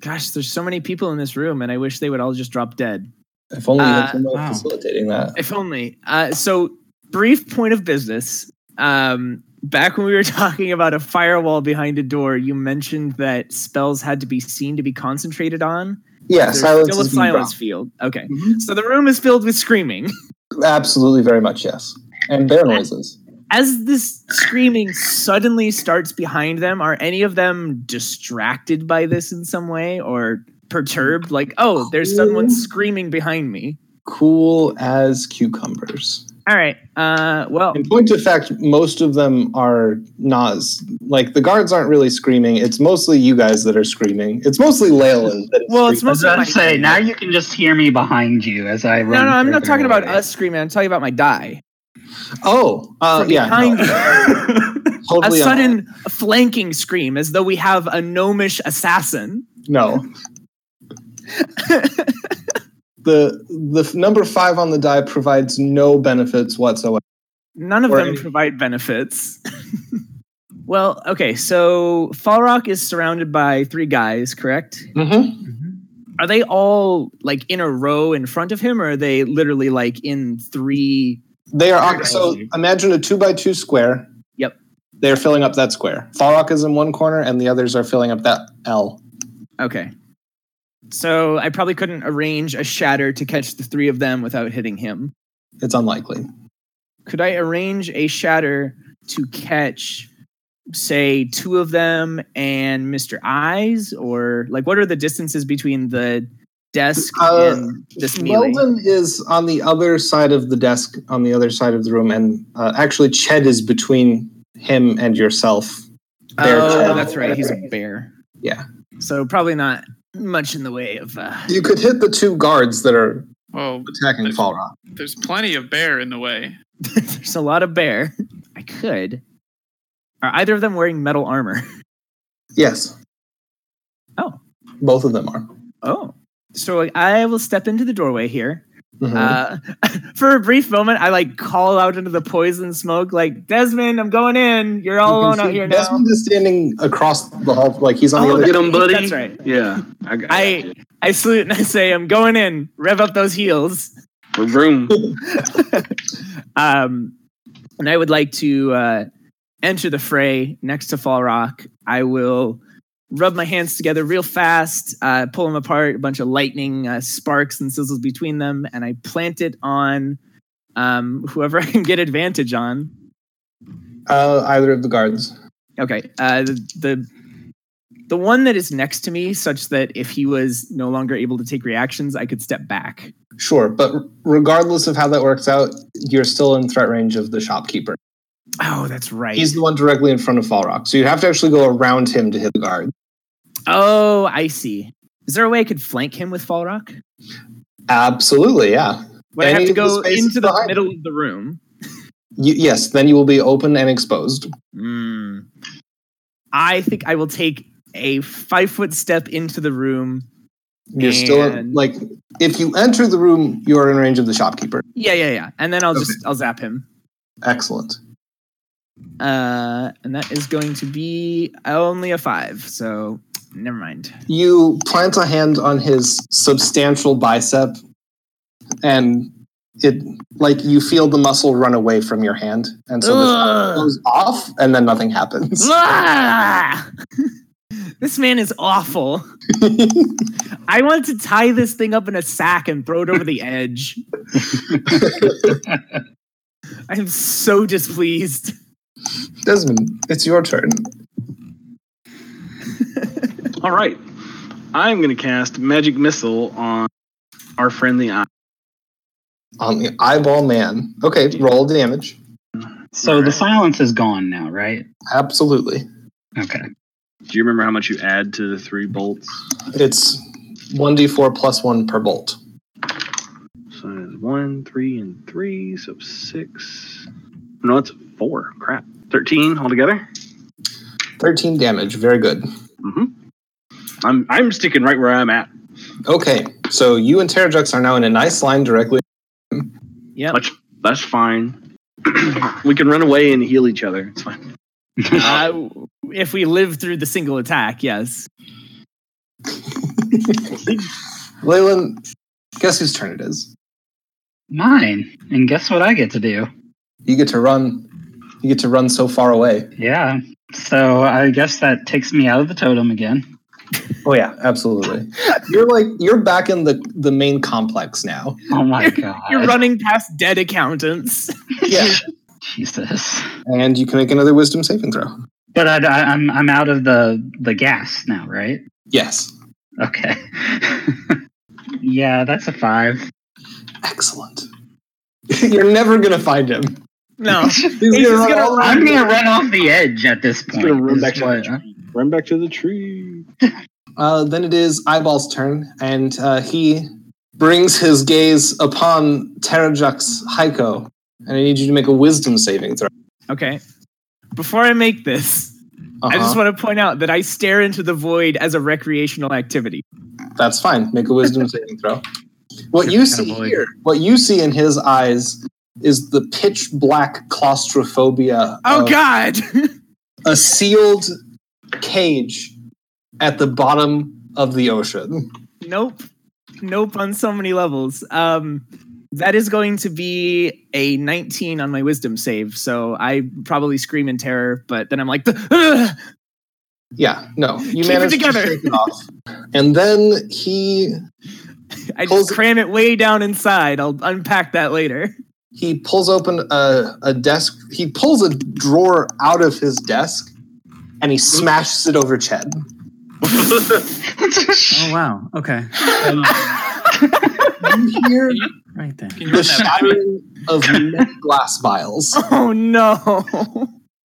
F: gosh, there's so many people in this room, and I wish they would all just drop dead.
A: If only you had
F: Uh,
A: someone
D: wow.
A: facilitating that.
F: If only. Uh, so, brief point of business. Um, back when we were talking about a firewall behind a door, you mentioned that spells had to be seen to be concentrated on.
A: Yeah,
F: There's
A: silence
F: still a
A: is being
F: silence field. Okay.
A: Mhm.
F: So the room is filled with screaming.
A: brought. Absolutely, very much yes. And bear noises.
F: As this screaming suddenly starts behind them, are any of them distracted by this in some way or perturbed? Like, oh, there's someone screaming behind me.
A: Cool as cucumbers.
F: All right. Uh, well,
A: In point of fact, most of them are not as- like the guards aren't really screaming. It's mostly you guys that are screaming. It's mostly Leyland. That is
F: well, it's
A: screaming.
E: I was
F: mostly
E: about
F: my
E: to say, now you can just hear me behind you as I
F: No,
E: run.
F: no, I'm not
E: further
F: talking about
E: away.
F: us screaming. I'm talking about my die.
A: oh uh,
F: From
A: yeah,
F: behind
A: no.
F: a
A: totally un-
F: sudden flanking scream as though we have a gnomish assassin.
A: no. the the f- number five on the die provides no benefits whatsoever.
F: None of
A: Or
F: them
A: any-
F: provide benefits. well, okay, so Falrock is surrounded by three guys, correct?
A: Mm-hmm.
F: Are they all like in a row in front of him, or are they literally like in three?
A: They are so imagine a two by two square.
F: Yep.
A: They are filling up that square. Falrock is in one corner, and the others are filling up that L.
F: Okay. So I probably couldn't arrange a shatter to catch the three of them without hitting him.
A: It's unlikely.
F: could I arrange a shatter to catch, say, two of them and Mr. Eyes? Or like, what are the distances between the desk
A: Uh,
F: and this melee?
A: Weldon is on the other side of the desk, on the other side of the room, and uh, actually, Ched is between him and yourself. bear
F: Oh,
A: child.
F: that's right. He's a bear.
A: uh, Yeah.
F: So probably not much in the way of. Uh,
A: You could hit the two guards that are
B: Oh,
A: attacking Falrock.
B: there's plenty of bear in the way.
F: there's a lot of bear. I could. Are either of them wearing metal armor?
A: Yes.
F: Oh.
A: Both of them are.
F: Oh. So I will step into the doorway here.
A: Mhm.
F: Uh, for a brief moment, I like call out into the poison smoke, like Desmond, I'm going in. You're all
A: You can
F: alone out
A: see
F: here
A: Desmond is standing across the hall, like he's on
F: Oh,
A: the other.
C: Get him,
F: now.
C: buddy.
F: That's right.
C: Yeah, I got
F: I
C: you.
F: I salute and I say, I'm going in. Rev up those heels.
C: Vroom.
F: Um, and I would like to uh, enter the fray next to Fall Rock. I will rub my hands together real fast, uh, pull them apart, a bunch of lightning uh, sparks and sizzles between them, and I plant it on um, whoever I can get advantage on.
A: Uh, either of the guards.
F: Okay. Uh, the, the the one that is next to me, such that if he was no longer able to take reactions, I could step back.
A: Sure, but regardless of how that works out, you're still in threat range of the shopkeeper.
F: Oh, that's right.
A: He's the one directly in front of Falrock, so you have to actually go around him to hit the guard.
F: oh, I see. Is there a way I could flank him with Fall Rock?
A: Absolutely, yeah.
F: Would I have
A: Any
F: to
A: of the
F: go
A: spaces
F: into the
A: behind
F: middle of the room?
A: You, yes, then you will be open and exposed.
F: Mm. I think I will take a five foot step into the room.
A: You're still in,
F: And-
A: like if you enter the room, you are in range of the shopkeeper.
F: Yeah, yeah, yeah. And then I'll just I'll zap him.
A: Excellent.
F: Uh, and that is going to be only a five. So never mind.
A: You plant a hand on his substantial bicep and
G: it like you feel the muscle run away from your hand, and so the
F: Ugh.
G: goes off, and then nothing happens.
F: Ah! this man is awful. I want to tie this thing up in a sack and throw it over the edge. I am so displeased.
G: Desmond, it's your turn.
C: All right. I'm going to cast Magic Missile on our friendly eye.
G: On the eyeball man. Okay, roll damage.
E: So the silence is gone now, right?
G: Absolutely.
E: Okay.
C: Do you remember how much you add to the three bolts?
G: It's 1d4 plus 1 per bolt.
C: So it's one, three, and three, so six. No, it's four. Crap. 13 altogether?
G: 13 damage. Very good.
C: I'm, I'm sticking right where I'm at.
G: Okay, so you and Terrajux are now in a nice line directly.
F: Yep.
C: That's, that's fine. we can run away and heal each other. It's fine.
F: Uh, if we live through the single attack, yes.
G: Leyland, guess whose turn it is?
E: Mine. And guess what I get to do?
G: You get to run. You get to run so far away.
E: Yeah. So I guess that takes me out of the totem again.
G: Oh yeah, absolutely. you're like you're back in the the main complex now.
E: Oh my god.
F: You're running past dead accountants.
G: Yeah,
E: Jesus.
G: and you can make another Wisdom saving throw.
E: But I, I, I'm I'm out of the the gas now, right?
G: Yes,
E: Okay. yeah, that's a five.
G: excellent. you're never gonna find him.
F: No.
G: He's
F: He's just gonna
G: all
E: I'm
G: over
E: gonna run off the edge at this point.
C: gonna run
E: is
C: back to the
E: what-
C: Run back to the tree.
G: Uh, then it is Eyeball's turn, and uh, he brings his gaze upon Terrajux Heiko. And I need you to make a wisdom saving throw.
F: Okay. Before I make this, I just
G: Uh-huh.
F: want to point out that I stare into the void as a recreational activity.
G: That's fine. Make a wisdom saving throw. What you
D: Different kind
G: see
D: of void.
G: here, what you see in his eyes, is the pitch black claustrophobia
F: Oh,
G: of
F: God.
G: a sealed cage at the bottom of the ocean.
F: nope. Nope on so many levels. Um, that is going to be a 19 on my wisdom save. So I probably scream in terror, but then I'm like, "Ugh."
G: Yeah, no, you
F: Keep it
G: managed to
F: together.
G: shake it off. And then he
F: I
G: Pulls-
F: just cram it way down inside. I'll unpack that later.
G: he pulls open a, a desk. He pulls a drawer out of his desk and he smashes it over Ched.
D: Oh wow. Okay.
G: You hear
D: Right then.
B: Can you run
G: the
B: that back?
G: shattering of many glass vials.
F: Oh, no.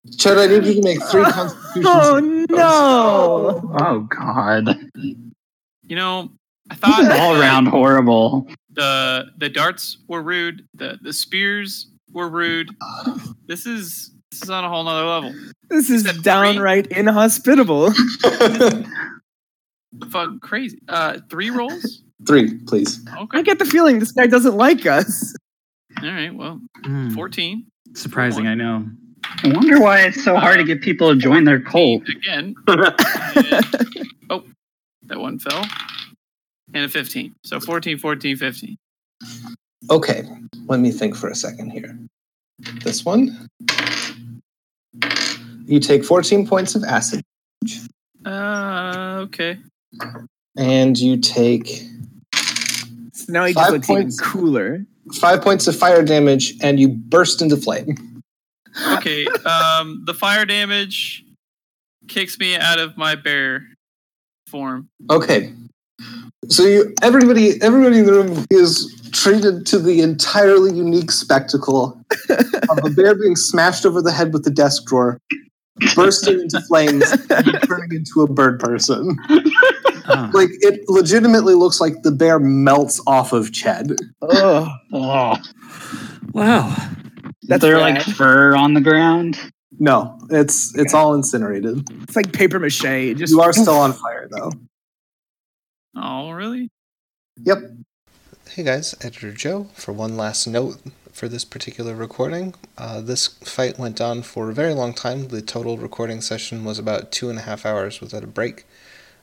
G: Ched, I need you to make three constitutions.
F: Oh, no.
E: Oh
F: Uh,
E: god.
B: You know, I thought
E: All
B: that
E: around horrible.
B: The the darts were rude. The the spears were rude. This is this is on a whole nother level.
F: This is
B: Is that
F: downright inhospitable.
B: Fuck crazy. Uh, three rolls.
G: three, please.
F: I
B: Okay.
F: get the feeling this guy doesn't like us.
B: All right. Well,
D: Hmm.
B: fourteen
D: Surprising, I know.
E: I wonder why it's so hard to get people to join their cult.
B: again. And- oh, that one fell. And a fifteen. So 14, 14, 15.
G: Okay, let me think for a second here. This one. You take 14 points of acid
B: Uh, okay.
G: and you take
F: So now he
G: Five
F: just looks even
G: points.
F: cooler.
G: five points of fire damage and you burst into flame.
B: Okay. Um, the fire damage kicks me out of my bear form.
G: Okay. So you, everybody, everybody in the room is treated to the entirely unique spectacle of a bear being smashed over the head with the desk drawer, bursting into flames, and turning into a bird person.
D: Ah.
G: Like it legitimately looks like the bear melts off of Ched.
F: Ugh.
E: Oh,
D: Wow.
E: is
F: That's
E: there
F: bad.
E: like fur on the ground?
G: No, it's it's all incinerated.
F: It's like paper mache. It Just
G: You are still on fire though.
B: Oh, really?
A: Hey guys, Editor Joe. For one last note for this particular recording, uh, this fight went on for a very long time. The total recording session was about two and a half hours without a break.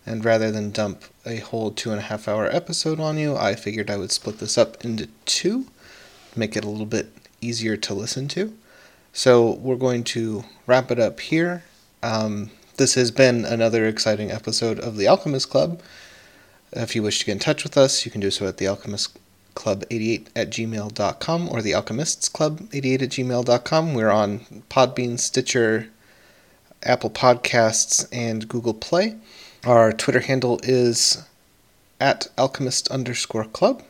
A: And rather than dump a whole two and a half hour episode on you, I figured I would split this up into two. make it a little bit easier to listen to. So we're going to wrap it up here. Um, this has been another exciting episode of The Alchemist Club. If you wish to get in touch with us, you can do so at The Alchemist club88 at gmail.com or the alchemists club 88 at gmail.com we're on podbean stitcher apple podcasts and google play our twitter handle is at alchemist underscore club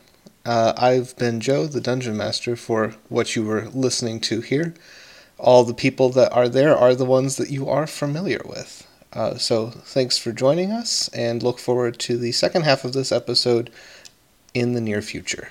A: uh, i've been joe the dungeon master for what you were listening to here all the people that are there are the ones that you are familiar with uh, so thanks for joining us and look forward to the second half of this episode in the near future.